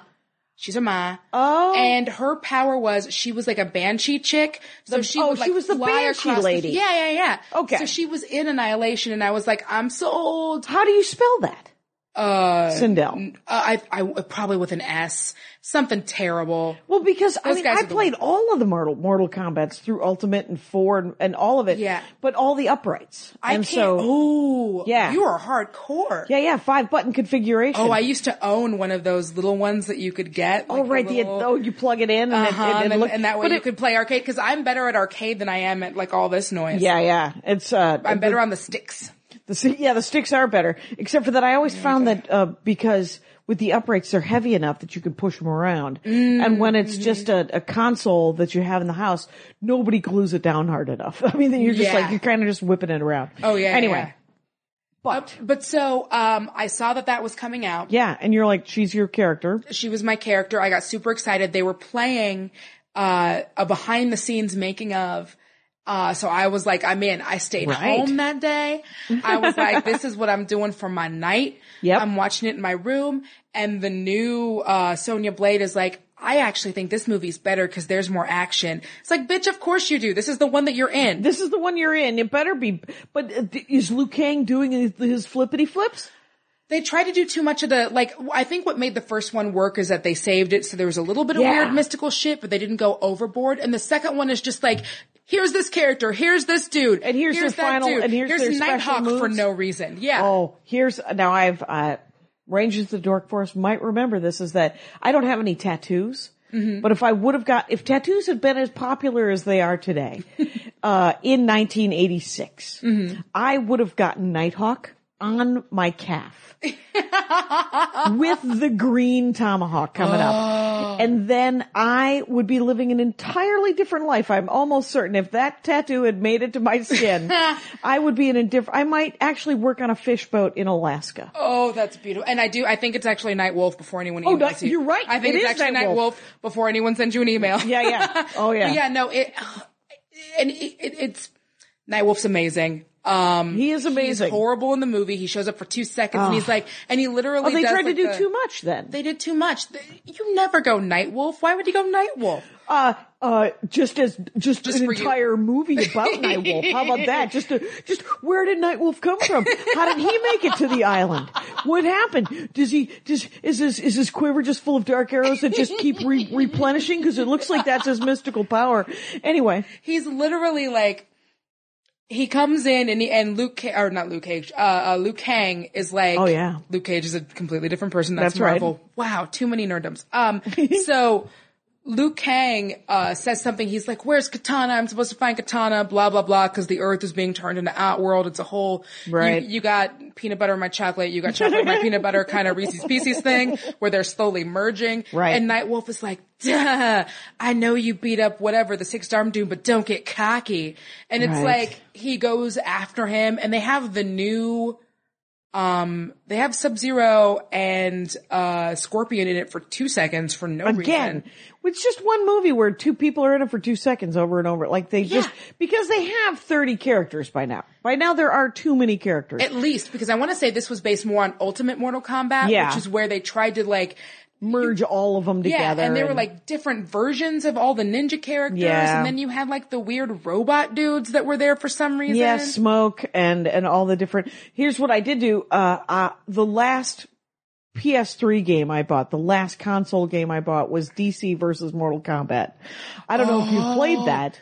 S4: She's her ma.
S3: Oh.
S4: And her power was she was like a banshee chick. So she
S3: oh,
S4: would,
S3: she
S4: like,
S3: was the
S4: fly
S3: banshee
S4: across the-
S3: lady.
S4: yeah, yeah, yeah.
S3: Okay.
S4: So she was in Annihilation, and I was like, I'm sold.
S3: How do you spell that?
S4: Uh,
S3: Sindel.
S4: uh, I, I probably with an S, something terrible.
S3: Well, because I
S4: Those
S3: mean,
S4: guys
S3: I
S4: are the
S3: played all of the Mortal Mortal Kombat's through Ultimate and Four and, and all of it.
S4: Yeah.
S3: but all the uprights.
S4: I
S3: and
S4: can't.
S3: So,
S4: oh,
S3: Yeah.
S4: You are hardcore.
S3: Yeah, yeah, five button configuration.
S4: Oh, I used to own one of those little ones that you could get.
S3: Oh,
S4: like
S3: right.
S4: The
S3: The,
S4: little,
S3: oh, you plug it in and, it-
S4: uh-huh,
S3: it- it
S4: and,
S3: look-
S4: and that way
S3: but
S4: you
S3: it-
S4: could play arcade because I'm better at arcade than I am at like all this noise.
S3: Yeah, yeah. It's uh,
S4: I'm better on the sticks.
S3: the, the yeah, the sticks are better. Except for that, I always found that uh, because with the uprights, they're heavy enough that you can push them around. And when it's
S4: Mm-hmm.
S3: just a, a console that you have in the house, nobody glues it down hard enough. (laughs) I mean, you're just
S4: Yeah.
S3: like you're kind of just whipping it around.
S4: Oh yeah.
S3: Anyway,
S4: yeah.
S3: but
S4: But so um, I saw that that was coming out.
S3: yeah, and you're like, she's your character.
S4: She was my character. I got super excited. They were playing uh, a behind the scenes making of. Uh, so I was like, I'm in. I stayed
S3: Right.
S4: home that day. I
S3: (laughs)
S4: was like, this is what I'm doing for my night.
S3: Yep.
S4: I'm watching it in my room. And the new uh, Sonia Blade is like, I actually think this movie's better because there's more action. It's like, bitch, of course you do. This is the one that you're in.
S3: This is the one you're in. It better be. But uh, th- is Liu Kang doing his, his flippity flips?
S4: They tried to do too much of the like. I think what made the first one work is that they saved it, so there was a little bit of
S3: Yeah.
S4: weird mystical shit, but they didn't go overboard. And the second one is just like, here's this character, here's this dude,
S3: And here's their
S4: that
S3: final- and here's their special
S4: Nighthawk for
S3: moves.
S4: no reason. Yeah,
S3: Oh, here's now I've uh Rangers of the Dork Forest might remember this is that I don't have any tattoos. But if I would have got if tattoos had been as popular as they are (laughs) today, uh in 1986, I would have gotten Nighthawk on my calf with the green tomahawk coming
S4: Oh.
S3: up. And then I would be living an entirely different life. I'm almost certain if that tattoo had made it to my
S4: (laughs)
S3: skin, I would be in a different, I might actually work on a fish boat in Alaska.
S4: oh, that's beautiful. And I do. I think it's actually Night Wolf before anyone.
S3: Oh,
S4: emails
S3: Night-
S4: you.
S3: you're right.
S4: I think
S3: It
S4: it's
S3: is
S4: actually
S3: Night Wolf.
S4: Night Wolf. before anyone sends you an email.
S3: Yeah,
S4: (laughs)
S3: yeah. Oh, yeah.
S4: But yeah, no, it and it, it, it's Night Wolf's amazing. Um,
S3: He is amazing.
S4: He's horrible in the movie. He shows up for two seconds and he's like, and he literally.
S3: Oh, they
S4: does,
S3: tried to
S4: like,
S3: do
S4: the-
S3: too much then.
S4: They did too much. They- You never go Night Wolf. Why would you go Night Wolf?
S3: uh, uh, just as just,
S4: Just
S3: an
S4: for you.
S3: entire movie
S4: (laughs)
S3: about Night Wolf. How about that? Just a, just where did Night Wolf come from? How did he make it to the island? What happened? Does he does is his is his quiver just full of dark arrows that just keep re- replenishing? Because it looks like that's his mystical power. Anyway,
S4: He's literally like, he comes in and he, and Luke Ca- or not Luke Cage, uh, uh, Luke Kang is like,
S3: Oh, yeah.
S4: Luke Cage is a completely different person. That's,
S3: That's right.
S4: Marvel. Wow, too many nerdums.
S3: (laughs)
S4: Um, so. Luke Kang uh, says something. He's like, "Where's Katana? I'm supposed to find Katana." Blah blah blah. Because the Earth is being turned into Outworld. It's a whole. you-
S3: Right.
S4: You, got peanut butter in my chocolate. You got chocolate in my peanut butter. Kind of Reese's Pieces thing where they're slowly merging.
S3: Right.
S4: And Night Wolf is like, "Duh, I know you beat up whatever the six arm doom, but don't get cocky." And it's
S3: Right.
S4: like he goes after him, and they have the new. Um, they have Sub Zero and uh Scorpion in it for two seconds for no reason.
S3: again, it's just one movie where two people are in it for two seconds over and over. Like they just because they have thirty characters by now. By now there are too many characters.
S4: At least, because I want to say this was based more on Ultimate Mortal Kombat,
S3: Yeah.
S4: which is where they tried to like,
S3: Merge all of them
S4: yeah,
S3: together.
S4: and they were like different versions of all the ninja characters,
S3: Yeah.
S4: and then you had like the weird robot dudes that were there for some reason.
S3: Yeah, smoke and and all the different. Here's what I did do. Uh, uh, the last PS3 game I bought, the last console game I bought was DC versus Mortal Kombat. I don't know if you played that.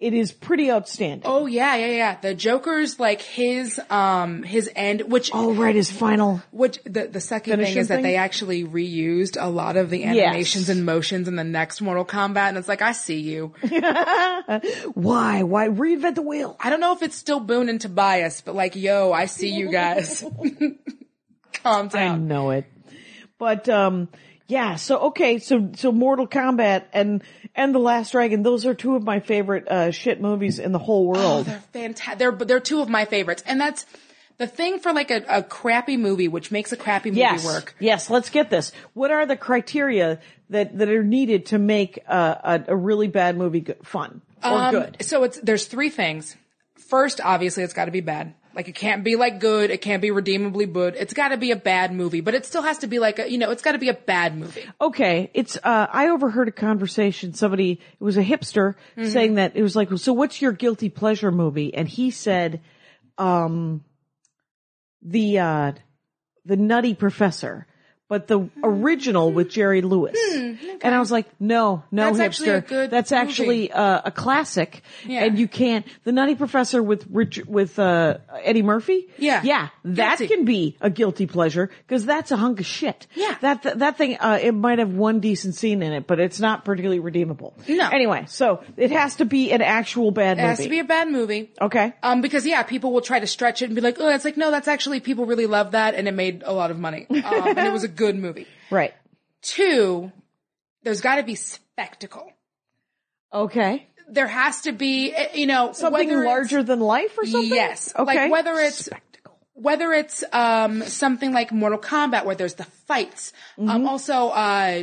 S3: it is pretty outstanding.
S4: Oh yeah, yeah, yeah. The Joker's like his um his end, which
S3: Oh, right, his final.
S4: which the the sucky thing
S3: Finishing
S4: is that
S3: thing?
S4: they actually reused a lot of the animations and motions in the next Mortal Kombat, and it's like I see you.
S3: (laughs) Why? Why reinvent the wheel?
S4: I don't know if it's still Boone and Tobias, but like yo, I see you guys. (laughs) Calm
S3: I
S4: down.
S3: know it. But um yeah, so okay, so so Mortal Kombat and and The Last Dragon, those are two of my favorite uh shit movies in the whole world.
S4: They're fantastic. They're they're two of my favorites, and that's the thing for like a, a crappy movie, which makes a crappy movie
S3: yes.
S4: work.
S3: Yes, let's get this. What are the criteria that that are needed to make uh, a a really bad movie go- fun or
S4: Um,
S3: good?
S4: So it's there's three things. First, obviously, it's got to be bad. Like it can't be like good. It can't be redeemably good. It's got to be a bad movie, but it still has to be like a you know, it's got to be a bad movie.
S3: okay, it's, uh, I overheard a conversation, somebody, it was a hipster
S4: Mm-hmm.
S3: saying that, it was like, so what's your guilty pleasure movie? And he said, um, the, uh, the nutty professor, but the
S4: Hmm.
S3: original with Jerry Lewis. And I was like, no, no,
S4: That's
S3: hipster.
S4: actually a good
S3: That's
S4: movie.
S3: actually uh, a classic.
S4: Yeah.
S3: And you can't, the nutty professor with Rich, with, uh, Eddie Murphy.
S4: Yeah.
S3: Yeah. That
S4: Guilty.
S3: can can be a guilty pleasure because that's a hunk of shit.
S4: Yeah.
S3: That th- that thing uh, it might have one decent scene in it, but it's not particularly redeemable.
S4: No.
S3: Anyway, so it has to be an actual bad
S4: It
S3: movie.
S4: has to be a bad movie.
S3: okay.
S4: Um, because yeah, people will try to stretch it and be like, oh, that's like no, that's actually people really love that, and it made a lot of money. Um, and it was a good movie.
S3: right.
S4: Two, there's got to be spectacle.
S3: Okay.
S4: There has to be eh, you know
S3: Something
S4: whether it's-
S3: larger than life or something.
S4: Yes.
S3: Okay.
S4: Like whether it's
S3: spectacle.
S4: whether it's um, something like Mortal Kombat where there's the fights.
S3: Mm-hmm.
S4: Um, also, uh,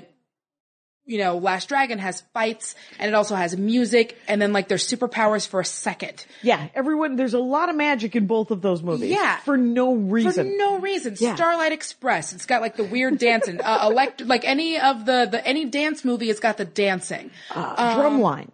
S4: you know, Last Dragon has fights and it also has music and then like there's superpowers for a second
S3: Yeah. Everyone. There's a lot of magic in both of those movies.
S4: Yeah.
S3: For no
S4: for
S3: reason.
S4: no reason.
S3: Yeah.
S4: Starlight Express, it's got like the weird dancing.
S3: (laughs)
S4: uh, elect- like any of the the any dance movie, it's got the dancing.
S3: Uh.
S4: um,
S3: Drumline.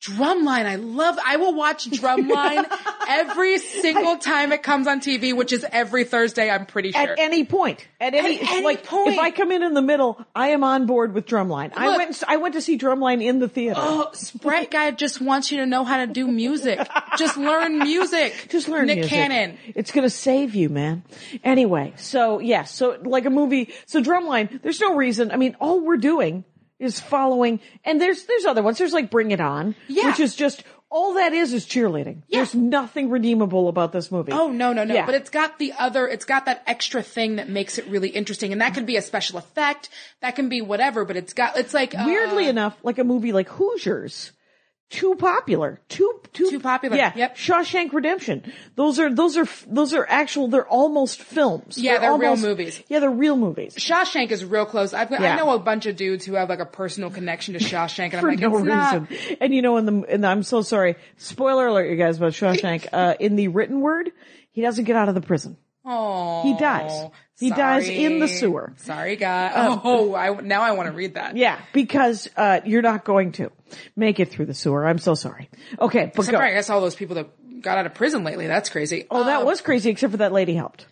S4: Drumline, I love. I will
S3: (laughs)
S4: watch Drumline every single time it comes on TV, which is every Thursday. I'm pretty sure.
S3: At any point, at any,
S4: At
S3: it's
S4: any
S3: like
S4: point.
S3: if I come in in the middle, I am on board with Drumline. I
S4: Look.
S3: went, and s- I went to see Drumline in the theater.
S4: (gasps) Brett guy just wants you to know how to do music. Just learn music.
S3: (laughs) Just learn
S4: Nick
S3: music.
S4: Cannon.
S3: It's gonna save you, man. Anyway, so yeah, so like a movie, so Drumline. There's no reason. I mean, all we're doing is following, and there's there's other ones. There's like Bring It On,
S4: Yeah.
S3: which is just all that is is cheerleading.
S4: Yeah.
S3: There's nothing redeemable about this movie.
S4: Oh no no no!
S3: Yeah.
S4: But it's got the other. It's got that extra thing that makes it really interesting, and that could be a special effect. That can be whatever. But it's got. It's like uh,
S3: weirdly enough, like a movie like Hoosiers, too popular, too too,
S4: Too popular,
S3: Yeah,
S4: yep.
S3: Shawshank Redemption. Those are those are f- those are actual. They're almost films.
S4: Yeah, they're real
S3: almost-
S4: movies.
S3: Yeah, they're real movies.
S4: Shawshank is real close. I've got,
S3: Yeah.
S4: I know a bunch of dudes who have like a personal connection to Shawshank, and
S3: (laughs)
S4: I'm
S3: For
S4: like,
S3: no
S4: it's
S3: reason,
S4: not.
S3: and you know, in the and I'm so sorry. Spoiler alert, you guys, about Shawshank. Uh, in the written word, he doesn't get out of the prison.
S4: Oh,
S3: He dies. He dies in the sewer. Um,
S4: Sorry, guy. oh, I, now I want to read that.
S3: Yeah, because uh, you're not going to make it through the sewer. I'm so sorry. Okay, but go.
S4: Sorry, Uh, I guess all those people that got out of prison lately. That's crazy.
S3: Oh, that was crazy. Except for that lady helped.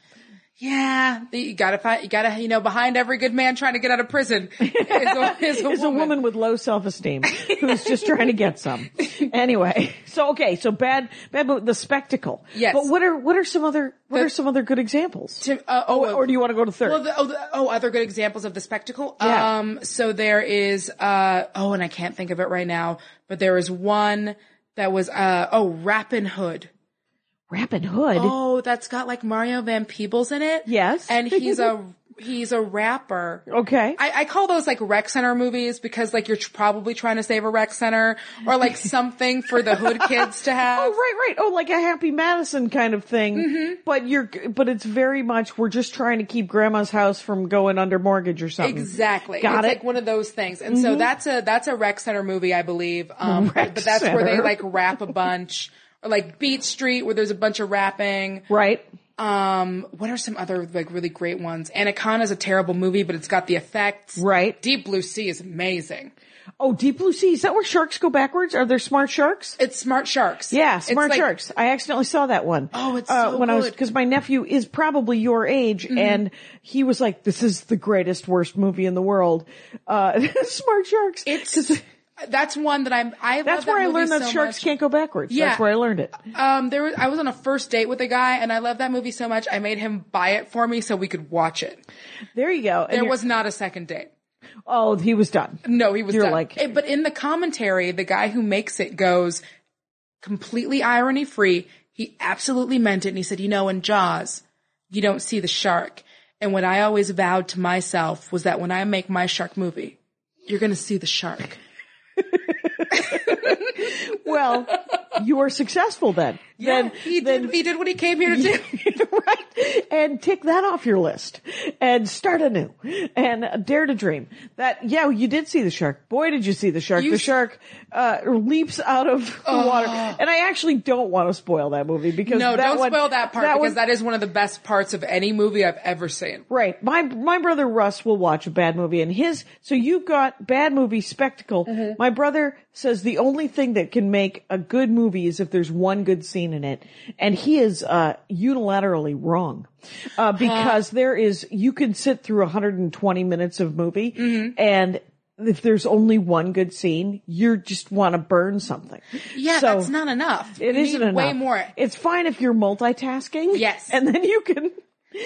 S4: Yeah, the- you gotta find, you gotta, you know, behind every good man trying to get out
S3: (laughs)
S4: of prison is a, is a
S3: is
S4: woman.
S3: a woman with low self-esteem who's just trying to get
S4: (laughs)
S3: some. Anyway, so okay, so bad, bad, but the spectacle.
S4: Yes.
S3: But what are what are some other what
S4: The-
S3: are some other good examples?
S4: To- uh,
S3: or,
S4: oh,
S3: or do you want to go to third?
S4: Well, the, oh, the, oh, other good examples of the spectacle.
S3: Yeah.
S4: Um, so there is, uh, oh, and I can't think of it right now, but there is one that was, uh, oh, Rappin' Hood.
S3: Robin Hood.
S4: Oh, that's got like Mario Van Peebles in it.
S3: Yes. (laughs)
S4: And he's a, he's a rapper.
S3: okay.
S4: I, I call those like rec center movies because like you're tr- probably trying to save a rec center
S3: (laughs)
S4: or like something for the hood kids to have.
S3: Oh right, right. Oh, like a Happy Madison kind of thing.
S4: Mm-hmm.
S3: But you're, but it's very much we're just trying to keep Grandma's house from going under mortgage or something.
S4: Exactly.
S3: Got
S4: it's
S3: it. Mm-hmm.
S4: like one of those things. And so that's a that's a rec center movie, I believe. Um
S3: (laughs) Rec
S4: but that's where they
S3: center.
S4: like rap a bunch. Or like Beat Street where there's a bunch of rapping.
S3: right.
S4: Um what are some other like really great ones? Anaconda's a terrible movie, but it's got the effects.
S3: Right.
S4: Deep Blue Sea is amazing.
S3: Oh, Deep Blue Sea. Is that where sharks go backwards? Are there smart sharks?
S4: It's Smart Sharks.
S3: Yeah,
S4: It's
S3: Smart
S4: like-
S3: Sharks. I accidentally saw that one. Uh,
S4: Oh, it's so
S3: when I was
S4: good. Mm-hmm.
S3: because my nephew is probably your age, and he was like, "This is the greatest, worst movie in the world." Uh, (laughs) Smart Sharks.
S4: It's
S3: 'Cause-
S4: that's one that I'm. I love
S3: That's
S4: that
S3: where I
S4: movie
S3: learned that
S4: so
S3: sharks
S4: much.
S3: can't go backwards.
S4: Yeah.
S3: That's where I learned it.
S4: Um, there was I was on a first date with a guy, and I love that movie so much. I made him buy it for me so we could watch it.
S3: There you go. And
S4: There
S3: you're-
S4: was not a second date.
S3: oh, he was
S4: (laughs)
S3: done.
S4: No, he was
S3: You're
S4: done.
S3: like-
S4: Eh, but in the commentary, the guy who makes it goes completely irony free. He absolutely meant it. And he said, you know, in Jaws, you don't see the shark. And what I always vowed to myself was that when I make my shark movie, you're going to see the (laughs) shark.
S3: Well, you were successful then.
S4: Yeah,
S3: Then
S4: he did, he did what he came here to do.
S3: (laughs) right? And tick that off your list and start anew and dare to dream that, yeah, you did see the shark. Boy, did you see the shark.
S4: You
S3: the
S4: s- Oh.
S3: shark, uh, leaps out of the water. And I actually don't want to spoil that movie because
S4: (laughs) No,
S3: that
S4: don't
S3: one-
S4: spoil that part
S3: one-
S4: because that is one of the best parts of any movie I've ever seen.
S3: Right. My my brother Russ will watch a bad movie and his so you've got bad movie spectacle.
S4: Mm-hmm.
S3: My brother says the only thing that can make a good movie is if there's one good scene in it. And he is uh unilaterally wrong.
S4: Uh-huh.
S3: Uh because there is you can sit through 120 minutes of movie
S4: Mm-hmm.
S3: and if there's only one good scene, you just want to burn something.
S4: Yeah,
S3: So-
S4: that's not enough.
S3: It
S4: You
S3: isn't
S4: need
S3: enough.
S4: Way more.
S3: It's fine if you're multitasking.
S4: Yes.
S3: (laughs) And then you can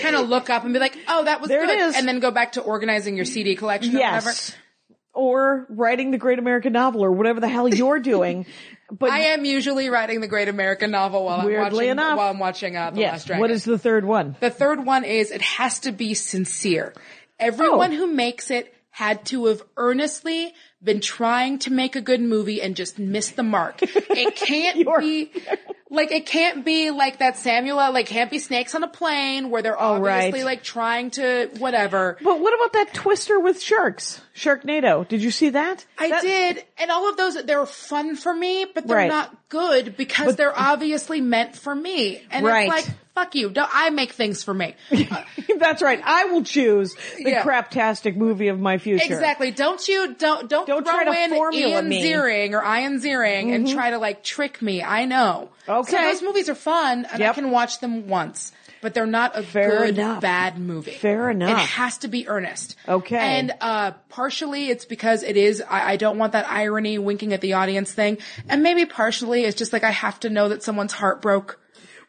S4: kind of look up and be like, oh, that was
S3: There it
S4: good.
S3: is.
S4: And then go back to organizing your CD collection or whatever.
S3: Yes. Or writing the great American novel or whatever the hell you're
S4: (laughs)
S3: doing. But
S4: I am usually writing the Great American Novel while I'm
S3: Weirdly
S4: watching
S3: enough.
S4: while I'm watching uh, The Last
S3: yes,
S4: Dragon.
S3: what is the third one?
S4: the third one is it has to be sincere. Everyone
S3: Oh.
S4: who makes it had to have earnestly been trying to make a good movie and just missed the
S3: (laughs)
S4: mark. It can't
S3: You're-
S4: be like it can't be like that Samuel L- like can't be snakes on a plane where they're
S3: Oh, right.
S4: obviously like trying to whatever.
S3: But what about that twister with sharks? Sharknado. Did you see that?
S4: I
S3: That-
S4: did, and all of those they were fun for me, but they're
S3: Right.
S4: not good because they're obviously meant for me. And
S3: Right.
S4: it's like, fuck you! Don't, I make things for
S3: (laughs)
S4: me. Uh,
S3: (laughs) That's right. I will choose the
S4: Yeah.
S3: craptastic movie of my future.
S4: Exactly. Don't you don't don't,
S3: Don't
S4: throw
S3: try to
S4: in
S3: formula
S4: Ian
S3: me. Mm-hmm.
S4: Ziering or Ian Ziering and try to like trick me. I know.
S3: Okay.
S4: So those movies are fun, and I
S3: Yep.
S4: can watch them once, but they're not a
S3: Fair
S4: good
S3: enough.
S4: bad movie.
S3: Fair enough.
S4: It has to be earnest.
S3: Okay.
S4: And uh, partially it's because it is. I, I don't want that irony, winking at the audience thing, and maybe partially it's just like I have to know that someone's heart broke.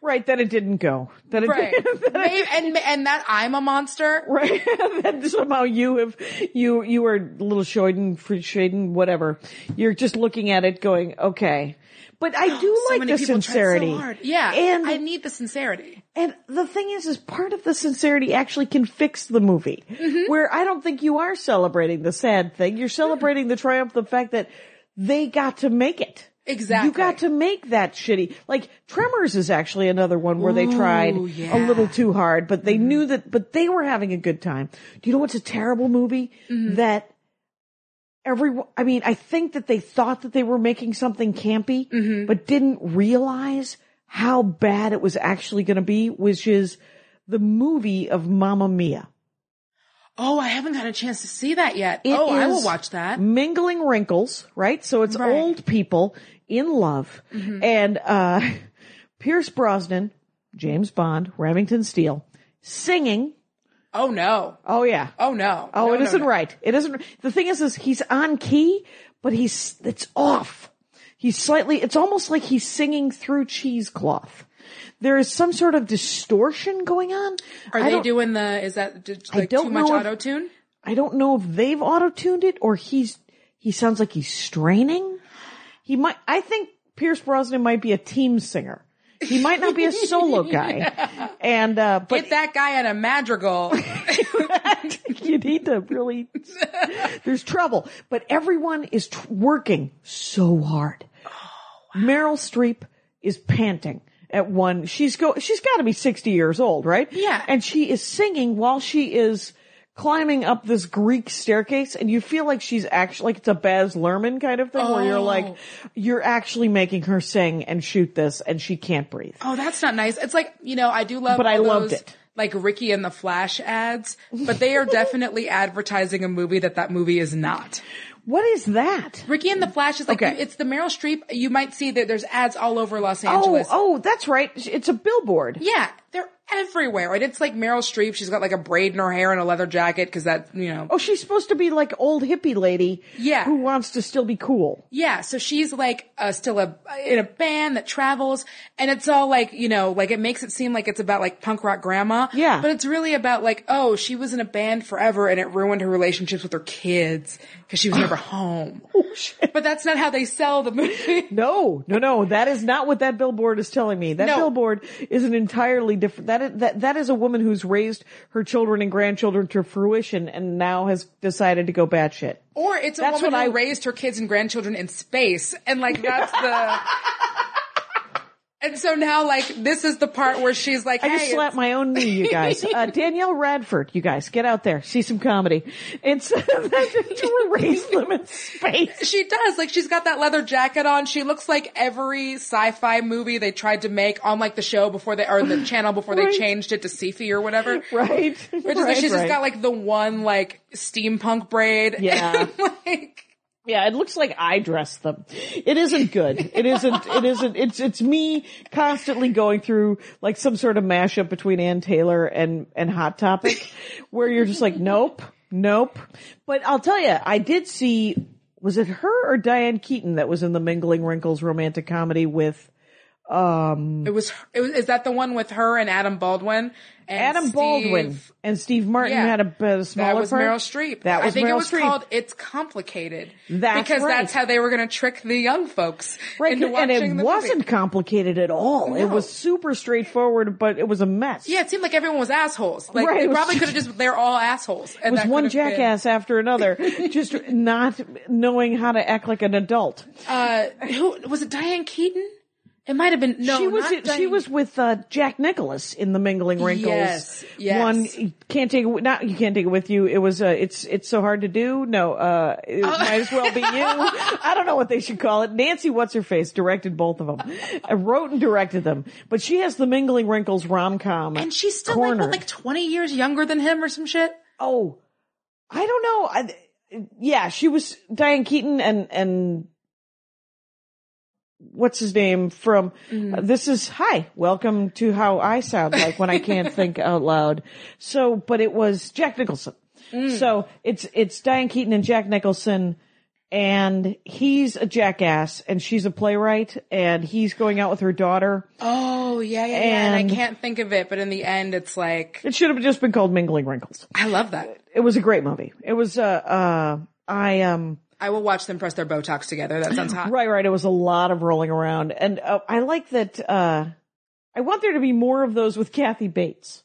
S3: Right. That it didn't go. That it
S4: Right. (laughs) Maybe, and and that I'm a monster.
S3: (laughs) Right. (laughs) that somehow you have, you, you are a little Shoiden, Shaden, whatever. You're just looking at it going, okay. But
S4: (gasps)
S3: I do
S4: So
S3: like
S4: many
S3: the
S4: people
S3: sincerity.
S4: Tried so hard. Yeah.
S3: And
S4: I need the sincerity.
S3: And the thing is, is part of the sincerity actually can fix the movie.
S4: Mm-hmm.
S3: Where I don't think you are celebrating the sad thing. You're celebrating the triumph, the fact that they got to make it.
S4: Exactly.
S3: You got to make that shitty. Like Tremors is actually another one where they tried
S4: yeah. Mm-hmm.
S3: a little too hard, but they knew that, but they were having a good time. Do you know what's a terrible movie
S4: Mm-hmm.
S3: that everyone i mean i think that they thought that they were making something campy
S4: Mm-hmm.
S3: but didn't realize how bad it was actually going to be which is the movie of mamma mia
S4: Oh, I haven't got a chance to see that yet.
S3: It
S4: oh, I will
S3: is
S4: watch that.
S3: mingling wrinkles right so it's
S4: Right. Mm-hmm.
S3: old people in love and uh (laughs) pierce brosnan james bond remington steele singing
S4: Oh no.
S3: oh yeah
S4: Oh no.
S3: Oh,
S4: No,
S3: it
S4: no,
S3: isn't
S4: no.
S3: right. It isn't. The thing is, is he's on key, but he's it's off. He's slightly. It's almost like he's singing through cheesecloth. There is some sort of distortion going on.
S4: Are
S3: I
S4: they
S3: don't-
S4: doing the? Is that d- like
S3: don't
S4: too much
S3: know if-
S4: auto tune?
S3: I don't know if they've auto tuned it or he's he sounds like he's straining. He might. I think Pierce Brosnan might be a team singer. He might not be a solo guy.
S4: (laughs)
S3: And uh, but
S4: Get that guy on
S3: (laughs)
S4: a madrigal.
S3: you need to really there's trouble but everyone is tr- working so hard meryl streep is panting at one she's go she's got to be 60 years old right
S4: Yeah.
S3: and she is singing while she is climbing up this greek staircase and you feel like she's actually like it's a baz luhrmann kind of thing where you're
S4: Oh.
S3: like you're actually making her sing and shoot this and she can't breathe
S4: oh, that's not nice. It's like you know, I do love.
S3: But I
S4: all
S3: loved
S4: those,
S3: it.
S4: Like Ricky and the Flash ads, but they are definitely (laughs) advertising a movie that that movie is not.
S3: what is that
S4: Ricky and the Flash is like
S3: Okay.
S4: you- it's the Meryl Streep. You might see that there's ads all over Los Angeles.
S3: Oh, oh, that's right. oh, It's a billboard.
S4: Yeah, they're everywhere. And it's like Meryl Streep. She's got like a braid in her hair and a leather jacket because that, you know.
S3: Oh, she's supposed to be like old hippie lady.
S4: Yeah.
S3: Who wants to still be cool.
S4: Yeah. So she's like uh, still a, in a band that travels and it's all like, you know, like it makes it seem like it's about like punk rock grandma.
S3: Yeah.
S4: But it's really about like, oh, she was in a band forever and it ruined her relationships with her kids because she
S3: (gasps)
S4: was never home. But that's not how they sell the
S3: (laughs)
S4: movie. (laughs)
S3: No, no, no. That is not what that billboard is telling me. That
S4: No.
S3: billboard is an entirely different. That is, that that is a woman who's raised her children and grandchildren to fruition and now has decided to go batshit.
S4: Or it's a
S3: That's
S4: woman
S3: what
S4: who
S3: I-
S4: raised her kids and grandchildren in space, and like
S3: (laughs)
S4: that's the. and so now, like this is the part where she's like,
S3: I
S4: "Hey,
S3: just slapped
S4: it's-
S3: my own knee, you guys.
S4: (laughs)
S3: Uh, Danielle Radford, you guys, get out there, see some comedy. (laughs) Instead of that, to erase them
S4: (laughs)
S3: in space.
S4: She does. Like she's got that leather jacket on. She looks like every sci-fi movie they tried to make on like the show before they or
S3: (laughs)
S4: the channel before
S3: Right.
S4: they changed it to Sci-Fi or whatever.
S3: Right.
S4: Which is
S3: right,
S4: like she's
S3: right.
S4: just got like the one like steampunk braid. (laughs)
S3: Yeah.
S4: like
S3: Yeah, it looks like I dressed them. It isn't good. It isn't, it isn't, it's, it's me constantly going through like some sort of mashup between Ann Taylor and, and Hot Topic where you're just like, nope, nope. But I'll tell you, I did see, was it her or Diane Keaton that was in the Mingling Wrinkles romantic comedy with
S4: it was, it was. Is that the one with her and Adam Baldwin? And
S3: Adam
S4: Steve-
S3: Baldwin and Steve Martin
S4: Yeah.
S3: had a, a smaller
S4: That was
S3: part.
S4: Meryl Streep.
S3: That was
S4: I think
S3: Meryl
S4: it was
S3: Streep.
S4: called "It's Complicated"
S3: That's
S4: because
S3: right.
S4: that's how they were going to trick the young folks
S3: Right,
S4: into
S3: and
S4: watching
S3: it
S4: the
S3: wasn't
S4: movie.
S3: complicated at all. It was super straightforward, but it was a mess.
S4: Yeah, it seemed like everyone was assholes. Like
S3: Right, it
S4: they
S3: was
S4: probably
S3: just-
S4: could have just—they're all assholes. And
S3: It was
S4: that
S3: one
S4: could have been-
S3: jackass after
S4: (laughs)
S3: another, just not knowing how to act like an adult.
S4: Uh, who was it? Diane Keaton? It might have been. No,
S3: she was
S4: not
S3: she
S4: Diane-
S3: was with uh, Jack Nicholas in the Mingling Wrinkles.
S4: Yes, yes.
S3: One you can't take it wi- not you can't take it with you. It was uh, it's it's so hard to do. No, uh,
S4: Oh.
S3: it might as well be
S4: (laughs)
S3: you. I don't know what they should call it. Nancy what's her face directed both of them, uh, wrote and directed them. But she has the Mingling Wrinkles rom com,
S4: and she's still like, what, like twenty years younger than him or some shit.
S3: oh, I don't know. I, yeah, she was Diane Keaton and and what's his name from uh, this is hi welcome to how i sound like when i can't think out loud so but it was jack nicholson so it's it's diane keaton and jack nicholson and he's a jackass and she's a playwright and he's going out with her daughter
S4: Oh yeah, yeah, yeah. And
S3: And-
S4: I can't think of it, but in the end, it's like
S3: it should have just been called mingling wrinkles
S4: I love that.
S3: it was a great movie it was uh uh i um
S4: I will watch them press their Botox together. That sounds hot.
S3: Right, right. It was a lot of rolling around, and uh, I like that. Uh, I want there to be more of those with Kathy Bates.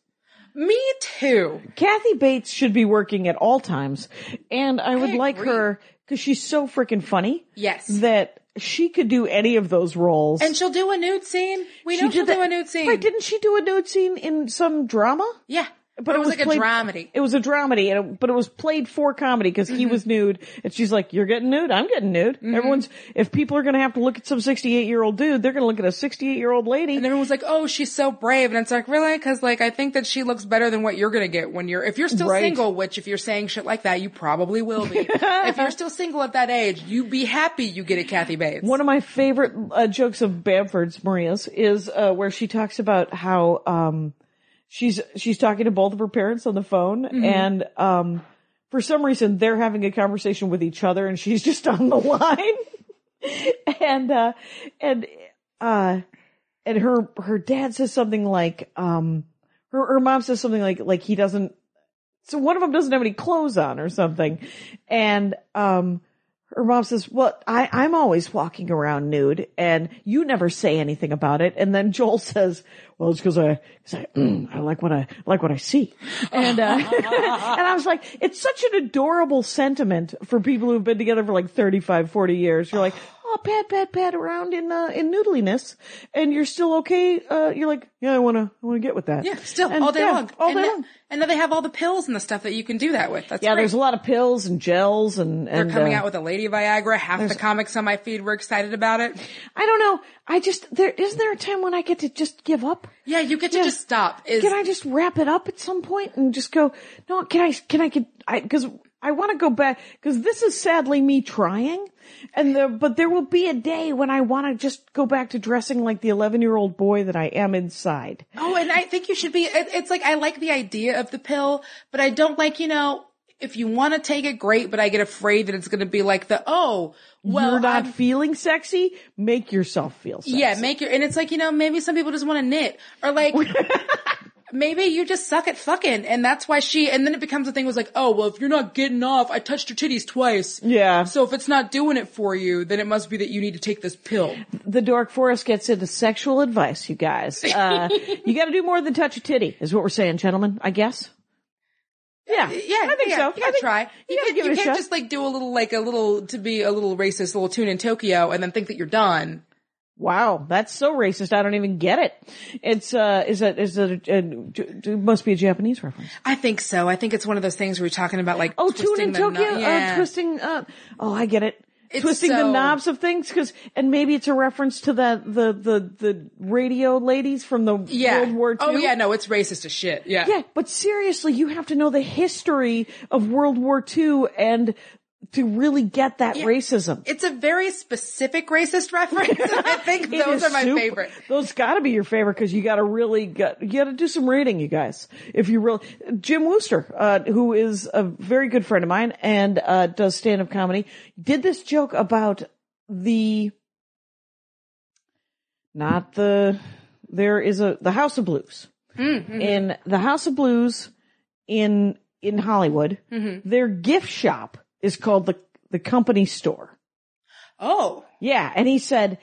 S4: Me too.
S3: Kathy Bates should be working at all times, and I would
S4: I
S3: like
S4: agree.
S3: her because she's so freaking funny.
S4: Yes.
S3: that she could do any of those roles.
S4: And she'll do a nude scene. We know she'll
S3: that-
S4: do a nude scene.
S3: Right, didn't she do a nude scene in some drama?
S4: yeah.
S3: But it,
S4: was, like
S3: played-
S4: a dramedy.
S3: It was a dramedy, and it, but it was played for comedy because
S4: Mm-hmm.
S3: he was nude, and she's like, "You're getting nude. I'm getting nude. Everyone's if people are going to have to look at some 68 year old dude, they're going to look at a 68 year old lady.
S4: and everyone's like, oh, she's so brave. And it's like, really? Cause like, I think that she looks better than what you're gonna get when you're, if you're still
S3: Right.
S4: single, which if you're saying shit like that, you probably
S3: (laughs)
S4: will be. if you're still single at that age, you be happy you get a Kathy Bates.
S3: One of my favorite uh, jokes of Bamford's Maria's is uh, where she talks about how um, she's she's talking to both of her parents on the phone, and um, for some reason they're having a conversation with each other, and she's (laughs) just on the line, (laughs) and uh, and uh, and her her dad says something like um, her her mom says something like like he doesn't so one of them doesn't have any clothes on or something. And, um, her mom says, well, I, I'm always walking around nude and you never say anything about it. And then Joel (laughs) says, well, it's cause I, 'cause I, mm, I like what I, like what I see. And, uh, (laughs) and I was like, it's such an adorable sentiment for people who've been together for like 35, 40 years. You're like, oh, pat, pat, pat around in, uh, in noodliness and you're still okay. Uh, you're like, yeah, I want to, I want to get with that.
S4: yeah, still
S3: And,
S4: all day
S3: yeah,
S4: long.
S3: All
S4: and
S3: day
S4: now-
S3: long.
S4: And now they have all the pills and the stuff that you can do that with. That's
S3: Yeah,
S4: great.
S3: there's a lot of pills and gels and,
S4: They're
S3: and
S4: coming
S3: uh,
S4: out with a Lady Viagra. Half the comics on my feed were excited about it.
S3: I don't know. I just there isn't there a time when I get to just give up?
S4: Yeah, you get to just stop. Is
S3: Can I just wrap it up at some point and just go? No, can I? Can I get? I because I want to go back because this is sadly me trying and the, but there will be a day when I want to just go back to dressing like the 11 year old boy that I am inside.
S4: Oh, and I think you should be. It, it's like I like the idea of the pill, but I don't like you know. If you want to take it, great, but I get afraid that it's going to be like the oh, well,
S3: You're not
S4: I'm-
S3: feeling sexy. Make yourself feel sexy.
S4: yeah, make your and it's like you know maybe some people just want to knit
S3: (laughs)
S4: or like. Maybe you just suck at fucking, and that's why she. And then it becomes a thing. Was like, oh well, if you're not getting off, I touched your titties twice.
S3: Yeah.
S4: So if it's not doing it for you, then it must be that you need to take this pill.
S3: the Dork Forest gets into sexual advice, you (laughs) guys. Uh, you got to do more than touch a titty, is what we're saying, gentlemen. I guess. Uh, Yeah,
S4: Yeah,
S3: I think
S4: yeah,
S3: so.
S4: You
S3: I
S4: gotta
S3: think-
S4: try. You,
S3: You gotta
S4: can,
S3: give it a
S4: not
S3: shot.
S4: just like do a little, like a little, to be a little racist, little tune in Tokyo, and then think that you're done.
S3: wow, that's so racist. I don't even get it. It's uh, is that is that a, a- it must be a Japanese reference?
S4: I think so. I think it's one of those things where you're talking about like
S3: Oh,
S4: twisting
S3: tune in
S4: the
S3: Tokyo,
S4: knot- yeah.
S3: uh, twisting. Uh, oh, I get it.
S4: It's
S3: twisting the
S4: so-
S3: knobs of things, because and maybe it's a reference to that the the the radio ladies from the
S4: yeah.
S3: World War II.
S4: Oh yeah, no, it's racist as shit. Yeah.
S3: Yeah, but seriously, you have to know the history of World War II and to really get that racism.
S4: It's a very specific racist (laughs) reference. and I think
S3: It
S4: those
S3: is
S4: are my
S3: super-
S4: favorite.
S3: Those gotta be your favorite because you gotta really get, you gotta do some reading, you guys. If you really, Jim Wooster, uh, who is a very good friend of mine and, uh, does stand-up comedy, did this joke about the, not the, there is a, the House of Blues.
S4: Mm, mm-hmm.
S3: In the House of Blues in, in Hollywood,
S4: Mm-hmm.
S3: their gift shop is called the, the company store.
S4: Oh,
S3: Yeah. And he said,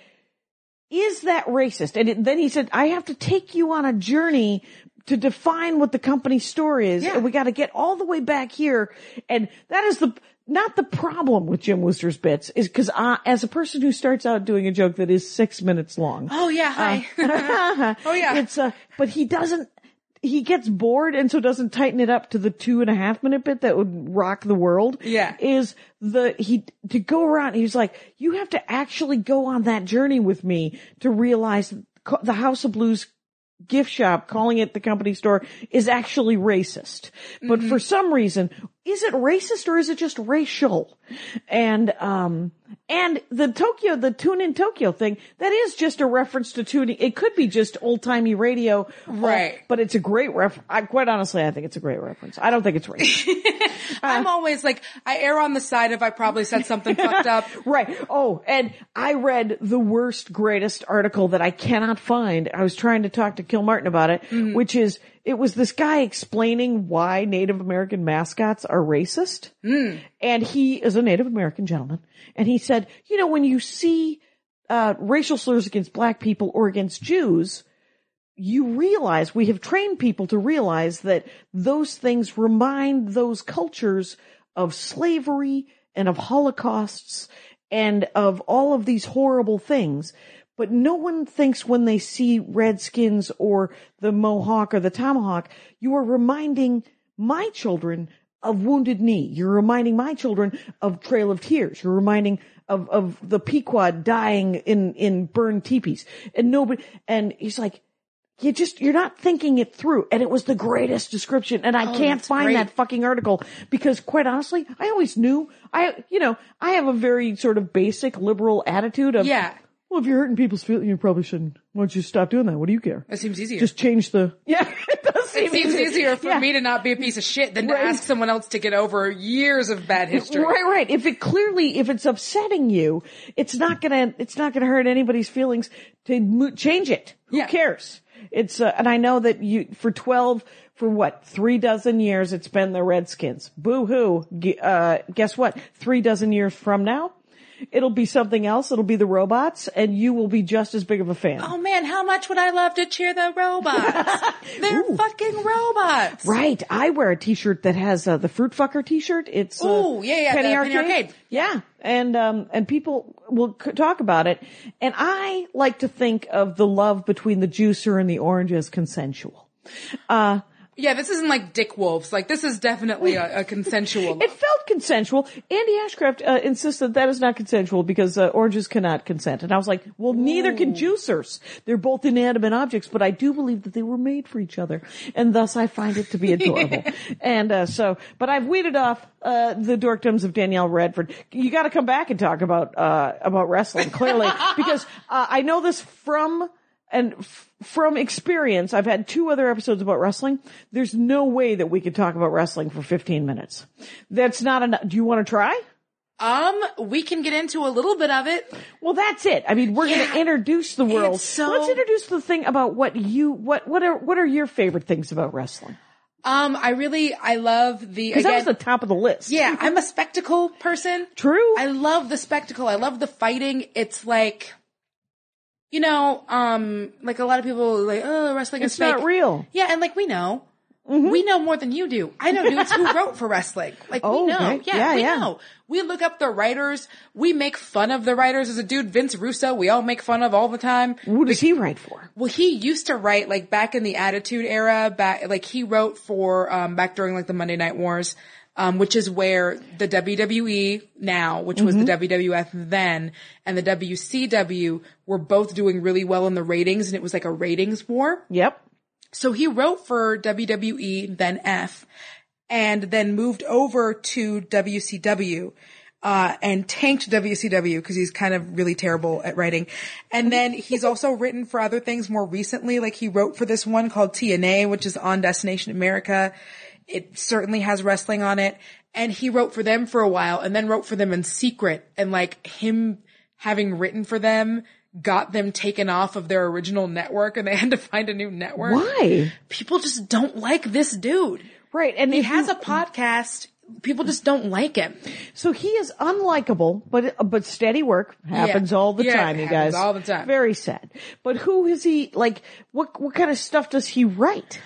S3: is that racist? And it, then he said, I have to take you on a journey to define what the company store is.
S4: Yeah.
S3: And we got to get all the way back here. And that is the, not the problem with Jim Wooster's bits is cause I, as a person who starts out doing a joke that is six minutes long,
S4: oh yeah. Hi. oh (laughs) yeah.
S3: it's uh but he doesn't, he gets bored and so doesn't tighten it up to the two and a half minute bit that would rock the world.
S4: Yeah.
S3: Is the, he, to go around, he's like, you have to actually go on that journey with me to realize co- the House of Blues gift shop calling it the company store is actually racist. But for some reason, is it racist or is it just racial? And, um, and the Tokyo, the tune in Tokyo thing, that is just a reference to tuning. It could be just old timey radio. uh,
S4: Right.
S3: But it's a great reference. I, quite honestly, I think it's a great reference. I don't think it's racist.
S4: I'm always like I err on the side of I probably said something fucked (laughs) up.
S3: Right. Oh, and I read the worst, greatest article that I cannot find. I was trying to talk to Kilmartin about it, which is, it was this guy explaining why Native American mascots are racist. And he is a Native American gentleman. And he said, you know, when you see, uh, racial slurs against black people or against Jews, you realize we have trained people to realize that those things remind those cultures of slavery and of holocausts and of all of these horrible things. But no one thinks when they see redskins or the mohawk or the tomahawk, you are reminding my children of Wounded Knee. You're reminding my children of Trail of Tears. You're reminding of, of the Pequod dying in, in burned teepees. And nobody, and he's like, you just you're not thinking it through and it was the greatest description and i can't
S4: Oh, that's
S3: find
S4: great.
S3: that fucking article because quite honestly i always knew i you know i have a very sort of basic liberal attitude of
S4: Yeah.
S3: well if you're hurting people's feelings you probably shouldn't why don't you stop doing that what do you care
S4: That seems easier.
S3: just change the (laughs) yeah it does seem
S4: It seems
S3: easier.
S4: easier for
S3: Yeah.
S4: me to not be a piece of shit than
S3: Right.
S4: to ask someone else to get over years of bad history.
S3: Right, right. If it clearly, if it's upsetting you, it's not gonna, it's not gonna hurt anybody's feelings to mo- change it. Who
S4: Yeah.
S3: cares? It's, uh, and I know that you, for 12, for what, three dozen years, it's been the Redskins. Boo hoo. G- Uh, guess what? Three dozen years from now, it'll be something else. It'll be the robots and you will be just as big of a fan.
S4: Oh man, how much would I love to cheer the (laughs) robots? They're fucking robots.
S3: Right. I wear a t-shirt that has uh, the fruit fucker t-shirt. It's uh,
S4: Ooh, yeah, yeah,
S3: Penny,
S4: the
S3: Arcade.
S4: Penny Arcade.
S3: Yeah. And, um, and people will c- talk about it. And I like to think of the love between the juicer and the orange as consensual. Uh,
S4: Yeah, this isn't like dick wolves. Like this is definitely a, a consensual.
S3: It felt consensual. Andy Ashcraft uh, insists that that is not consensual because uh, oranges cannot consent. And I was like, well, neither can juicers. They're both inanimate objects, but I do believe that they were made for each other. And thus I find it to be adorable. and uh, so, but I've weeded off uh, the dorkdoms of Danielle Redford. You got to come back and talk about, uh, about wrestling, clearly, because uh, I know this from and f- from experience, I've had two other episodes about wrestling. There's no way that we could talk about wrestling for 15 minutes. That's not enough. Do you want to try?
S4: um, we can get into a little bit of it.
S3: Well, that's it. I mean, we're going to introduce the world.
S4: it's so-
S3: Let's introduce the thing about what you, what, what are, what are your favorite things about wrestling?
S4: Um, I really, I love the,
S3: Cause that was
S4: again,
S3: the top of the list.
S4: yeah, I'm a spectacle person.
S3: True.
S4: I love the spectacle. I love the fighting. It's like, you know, um, like a lot of people are like, oh, wrestling
S3: it's
S4: is fake.
S3: not real. Mm-hmm.
S4: Yeah, and like we know. We know more than you do. I know
S3: (laughs)
S4: dudes who wrote for wrestling. Like
S3: Oh,
S4: we know.
S3: right.
S4: Yeah,
S3: Yeah,
S4: we
S3: yeah.
S4: know. We look up the writers. We make fun of the writers. There's a dude, Vince Russo, we all make fun of all the time.
S3: What does he write for?
S4: Well, he used to write like back in the Attitude Era, back like he wrote for um back during like the Monday Night Wars, um, which is where the WWE now, which was the WWF then, and the WCW were both doing really well in the ratings, and it was like a ratings war.
S3: Yep.
S4: So he wrote for WWE, then F, and then moved over to WCW, uh, and tanked WCW because he's kind of really terrible at writing. And then he's also written for other things more recently, like he wrote for this one called TNA, which is on Destination America. It certainly has wrestling on it. And he wrote for them for a while and then wrote for them in secret and like him having written for them got them taken off of their original network and they (laughs) had to find a new network
S3: Why?
S4: people just don't like this dude.
S3: Right. And
S4: He
S3: if
S4: has
S3: you-
S4: a podcast. People just don't like him.
S3: So he is unlikable, but but steady work happens
S4: Yeah.
S3: all the
S4: Yeah,
S3: time,
S4: it
S3: you guys.
S4: happens all the time.
S3: Very sad. But who is he? Like, what what kind of stuff does he write?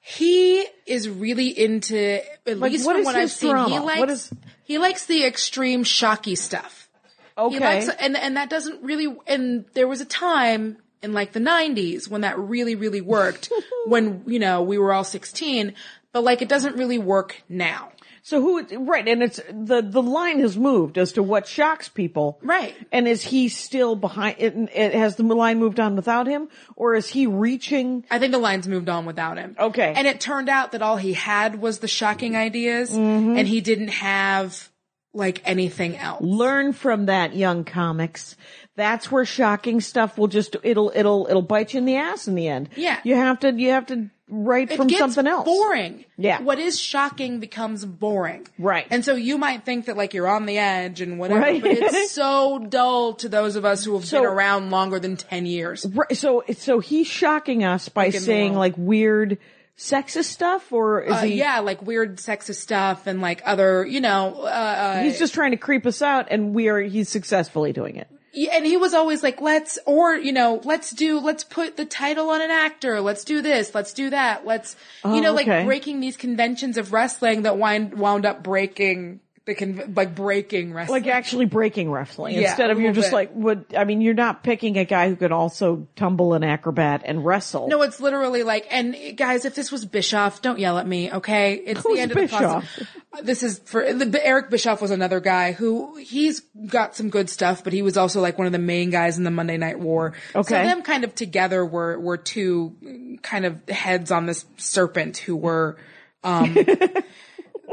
S4: He is really into at
S3: Like,
S4: least
S3: what
S4: from
S3: is
S4: what I've
S3: his
S4: seen. He
S3: drama?
S4: likes
S3: What is-
S4: he likes the extreme shocky stuff.
S3: Okay,
S4: He likes and and that doesn't really and there was a time in like the 90s when that really
S3: (laughs)
S4: really worked when you know we were all 16 but like it doesn't really work now.
S3: so who? Right, and it's the the line has moved as to what shocks people.
S4: Right.
S3: and is he still behind? It, it, has the line moved on without him, or is he reaching?
S4: I think the lines moved on without him.
S3: Okay.
S4: And it turned out that all he had was the shocking ideas and he didn't have like anything else.
S3: Mm-hmm. Learn from that, young comics. That's where shocking stuff will just it'll it'll it'll bite you in the ass in the end.
S4: Yeah.
S3: you have to you have to write
S4: It
S3: from
S4: gets
S3: something else.
S4: Boring.
S3: Yeah.
S4: What is shocking becomes boring.
S3: Right.
S4: And so you might think that like you're on the edge and whatever,
S3: Right.
S4: but
S3: (laughs)
S4: it's so dull to those of us who have
S3: So-
S4: been around longer than 10 years.
S3: Right, so so he's shocking us by
S4: in the
S3: saying
S4: world.
S3: like weird sexist stuff or is
S4: Uh,
S3: he
S4: yeah, like weird sexist stuff and like other, you know, uh,
S3: he's just trying to creep us out and we are he's successfully doing it.
S4: Yeah, and he was always like, let's, or, you know, let's do, let's put the title on an actor. Let's do this. Let's do that. Let's, you know,
S3: Oh, okay.
S4: like breaking these conventions of wrestling that wind, wound up breaking the con, like breaking wrestling.
S3: Like actually breaking wrestling
S4: Yeah,
S3: instead of
S4: a
S3: you're
S4: little
S3: just
S4: bit.
S3: like what I mean you're not picking a guy who could also tumble an acrobat and wrestle.
S4: no, it's literally like, and guys, if this was Bischoff, don't yell at me, okay? It's
S3: Who's
S4: the end of
S3: Bischoff?
S4: the process. This is for the, the- Eric Bischoff was another guy who he's got some good stuff, but he was also like one of the main guys in the Monday Night War.
S3: Okay.
S4: so them kind of together were were two kind of heads on this serpent who were
S3: (laughs)
S4: um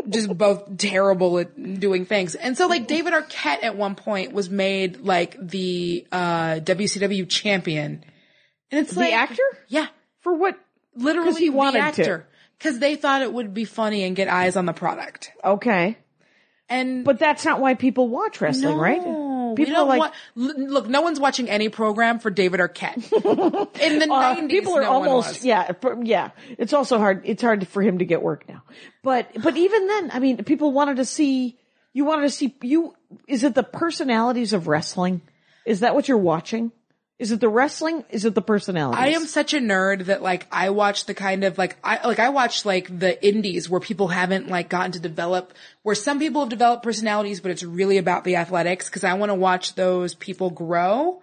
S4: just both terrible at doing things. And so like David Arquette at one point was made like the uh WCW champion. And it's
S3: the
S4: like
S3: actor?
S4: Yeah.
S3: For what?
S4: Literally
S3: 'Cause he wanted
S4: the
S3: to.
S4: actor. Because they thought it would be funny and get eyes on the product.
S3: Okay.
S4: And
S3: But that's not why people watch wrestling, right?
S4: No, we
S3: People
S4: don't
S3: are like
S4: want- l- look, no one's watching any program for
S3: (laughs)
S4: David Arquette. In the
S3: Uh,
S4: 90s,
S3: people are
S4: no one
S3: almost
S4: was.
S3: yeah pr- yeah it's also hard it's hard for him to get work now but but even then i mean people wanted to see you wanted to see you is it the personalities of wrestling is that what you're watching is it the wrestling is it the personalities
S4: I am such a nerd that like I watch the kind of like I like I watch like the indies where people haven't like gotten to develop where some people have developed personalities but it's really about the athletics cuz I want to watch those people grow.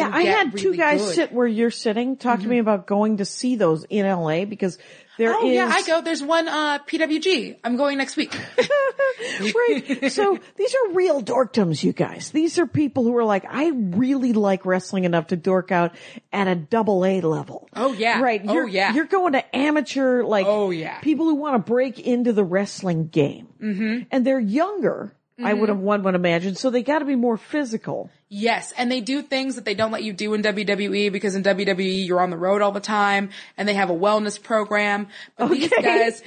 S3: yeah
S4: and
S3: i
S4: get
S3: had two
S4: really
S3: guys
S4: good. Mm-hmm.
S3: sit where you're sitting talk to me about going to see those in la because There
S4: Oh yeah,
S3: is-
S4: I go. There's one uh PWG. I'm going next week.
S3: (laughs) right. So these are real dorkdoms, you guys. These are people who are like, I really like wrestling enough to dork out at a double A level.
S4: Oh, yeah.
S3: Right.
S4: Oh,
S3: You're,
S4: yeah.
S3: You're going to amateur, like,
S4: Oh, yeah.
S3: people who want to break into the wrestling game. Mm-hmm. And they're younger. I
S4: Mm-hmm.
S3: would have one would imagine. So they got to be more physical.
S4: yes, and they do things that they don't let you do in WWE because in WWE you're on the road all the time, and they have a wellness program. But these
S3: Okay.
S4: guys,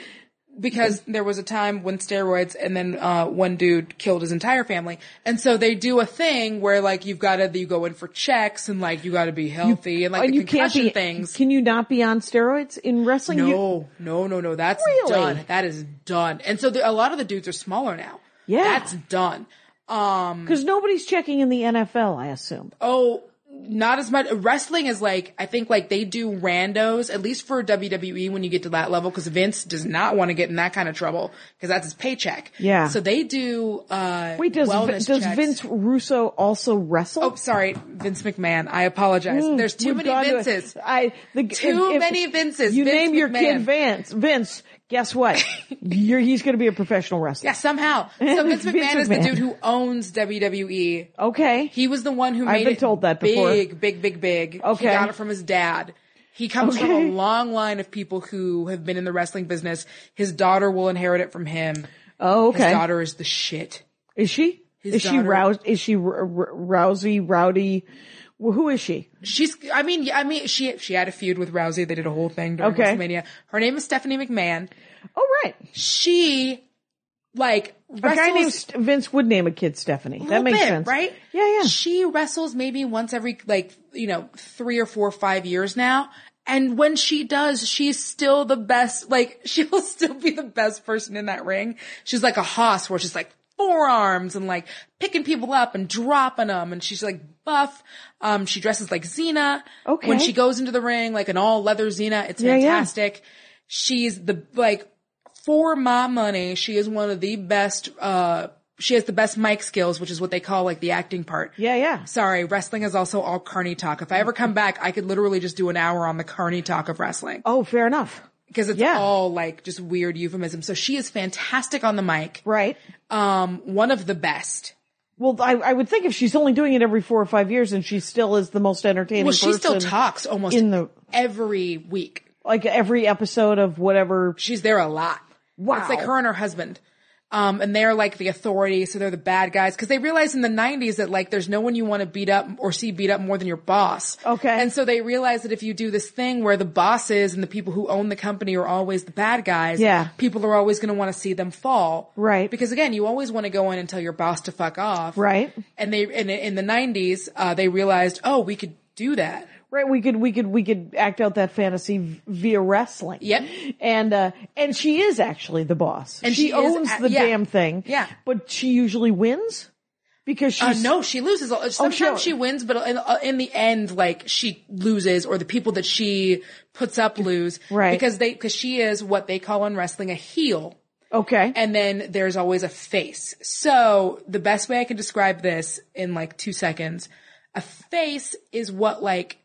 S4: because there was a time when steroids, and then uh one dude killed his entire family, and so they do a thing where like you've got to you go in for checks and like you got to be healthy and like
S3: and
S4: the
S3: you can't
S4: concussion
S3: be,
S4: things.
S3: can you not be on steroids in wrestling? You-
S4: No, no, no, no. That's
S3: Really?
S4: done. That is done. And so the, a lot of the dudes are smaller now.
S3: Yeah.
S4: That's done. Um,
S3: Cause nobody's checking in the NFL, I assume.
S4: oh, not as much. Wrestling is like, I think like they do randos, at least for WWE when you get to that level, cause Vince does not want to get in that kind of trouble, cause that's his paycheck.
S3: Yeah.
S4: So they do, uh,
S3: Wait, does, Vin-
S4: wellness
S3: does
S4: checks.
S3: Vince Russo also wrestle?
S4: Oh, sorry, Vince McMahon. I apologize. There's too
S3: We've
S4: many
S3: Mm, gone to-
S4: Vinces.
S3: I the,
S4: Too many Vinces.
S3: You
S4: Vince
S3: name your kid
S4: McMahon.
S3: Vince. Vince. Guess
S4: (laughs)
S3: what? You're, he's going to be a professional wrestler.
S4: Yeah, somehow. So
S3: (laughs)
S4: Vince
S3: Vince
S4: McMahon is the
S3: McMahon.
S4: dude who owns E. WWE.
S3: Okay.
S4: He was the one who made
S3: I've been
S4: it
S3: told that before.
S4: big, big, big, big.
S3: Okay.
S4: He got it from his dad. He comes from
S3: Okay.
S4: a long line of people who have been in the wrestling business. His daughter will inherit it from him.
S3: oh, okay.
S4: His daughter is the shit.
S3: is she?
S4: his
S3: Is she
S4: daughter-
S3: roused? Is she r- r- rousy, rowdy? Wh- Who is she?
S4: She's, I mean, I mean, she, she had a feud with Rousey. They did a whole thing during
S3: Okay.
S4: WrestleMania. Her name is Stephanie McMahon.
S3: Oh, right.
S4: She, like,
S3: A guy
S4: wrestles-
S3: named St- Vince would name a kid Stephanie. That
S4: little
S3: makes
S4: bit,
S3: sense,
S4: right?
S3: Yeah, yeah.
S4: She wrestles maybe once every like you know three or four, five years now. And when she does, she's still the best. Like (laughs) she'll still be the best person in that ring. She's like a hoss where she's like forearms and like picking people up and dropping them. And she's like buff. Um, she dresses like Xena.
S3: Okay.
S4: When she goes into the ring, like an all leather Xena, it's
S3: Yeah, yeah.
S4: fantastic. She's the like for my money, she is one of the best. Uh, she has the best mic skills, which is what they call like the acting part.
S3: yeah, yeah.
S4: Sorry, wrestling is also all carny talk. If I ever come back, I could literally just do an hour on the carny talk of wrestling
S3: Oh, fair enough.
S4: because it's
S3: yeah.
S4: all like just weird euphemisms. So she is fantastic on the mic.
S3: Right.
S4: Um, one of the best.
S3: Well, I, I would think if she's only doing it every four or five years and she still is the most entertaining
S4: Well, she still
S3: person
S4: talks almost
S3: in the,
S4: every week.
S3: like every episode of whatever
S4: She's there a lot.
S3: Wow.
S4: It's like her and her husband. Um, and they're like the authority, so they're the bad guys. Cause they realized in the nineties that like there's no one you want to beat up or see beat up more than your boss.
S3: Okay.
S4: And so they realized that if you do this thing where the bosses and the people who own the company are always the bad guys,
S3: Yeah.
S4: people are always going to want to see them fall.
S3: Right.
S4: Because again, you always want to go in and tell your boss to fuck off.
S3: Right.
S4: And they, and in the nineties, uh, they realized, oh, we could do that.
S3: Right, we could we could we could act out that fantasy v- via wrestling.
S4: Yep.
S3: and uh, and she is actually the boss.
S4: And
S3: she,
S4: she is
S3: owns
S4: a-
S3: the
S4: yeah.
S3: damn thing.
S4: Yeah.
S3: but she usually wins because
S4: Uh,
S3: she's Oh,
S4: no, she loses. all- Sometimes
S3: sure.
S4: she wins, but in, uh, in the end, like she loses, or the people that she puts up lose,
S3: Right.
S4: Because they because she is what they call in wrestling a heel,
S3: okay.
S4: and then there's always a face. So the best way I can describe this in like two seconds, a face is what like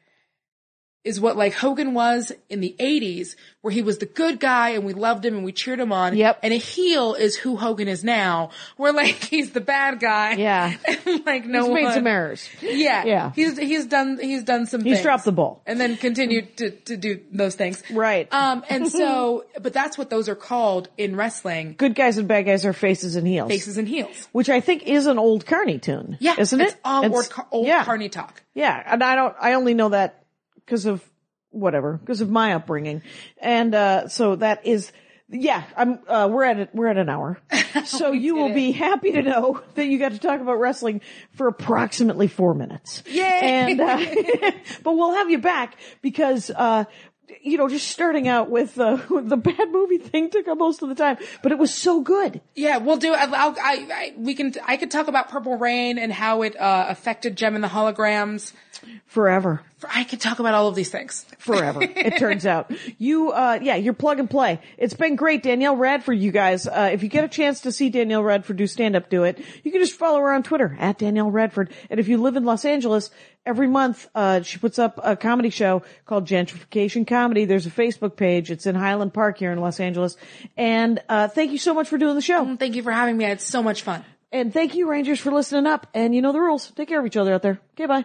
S4: is what like Hogan was in the 80s where he was the good guy and we loved him and we cheered him on.
S3: Yep.
S4: And a heel is who Hogan is now where like (laughs) he's the bad guy.
S3: Yeah.
S4: (laughs) And, like no
S3: He's
S4: one.
S3: made some errors.
S4: Yeah.
S3: Yeah.
S4: He's he's done he's done some
S3: He's
S4: things.
S3: dropped the ball.
S4: And then continued to, to do those things.
S3: Right.
S4: Um and so but that's what those are called in wrestling.
S3: Good guys and bad guys are faces and heels,
S4: Faces and heels.
S3: which I think is an old Carney tune.
S4: Yeah.
S3: isn't
S4: it's
S3: it?
S4: All
S3: It's-
S4: old, car- old
S3: yeah.
S4: Carney talk.
S3: Yeah, and I don't. I only know that because of whatever, because of my upbringing, and uh, so that is. Yeah, I'm. Uh, we're at it. We're at an hour, so you will be happy to know (laughs) that you got to talk about wrestling for approximately four minutes. Yay! And uh, (laughs) but we'll have you back because. Uh, you know, just starting out with uh, (laughs) the bad movie thing took up most of the time, but it was so good.
S4: Yeah, we'll do. I'll, I'll, I, I, we can. I could talk about Purple Rain and how it uh, affected Gem and the holograms.
S3: Forever.
S4: I could talk about all of these things.
S3: forever. it turns out you, uh, yeah, you're plug and play. It's been great, Danielle Radford. You guys, uh, if you get a chance to see Danielle Radford do stand up, do it. You can just follow her on Twitter at Danielle Radford, and if you live in Los Angeles, every month, uh, she puts up a comedy show called Gentrification Comedy. There's a Facebook page. It's in Highland Park here in Los Angeles. And, uh, thank you so much for doing the show.
S4: Thank you for having me. I had so much fun.
S3: And thank you, Rangers, for listening up. And you know the rules. Take care of each other out there. Okay, bye.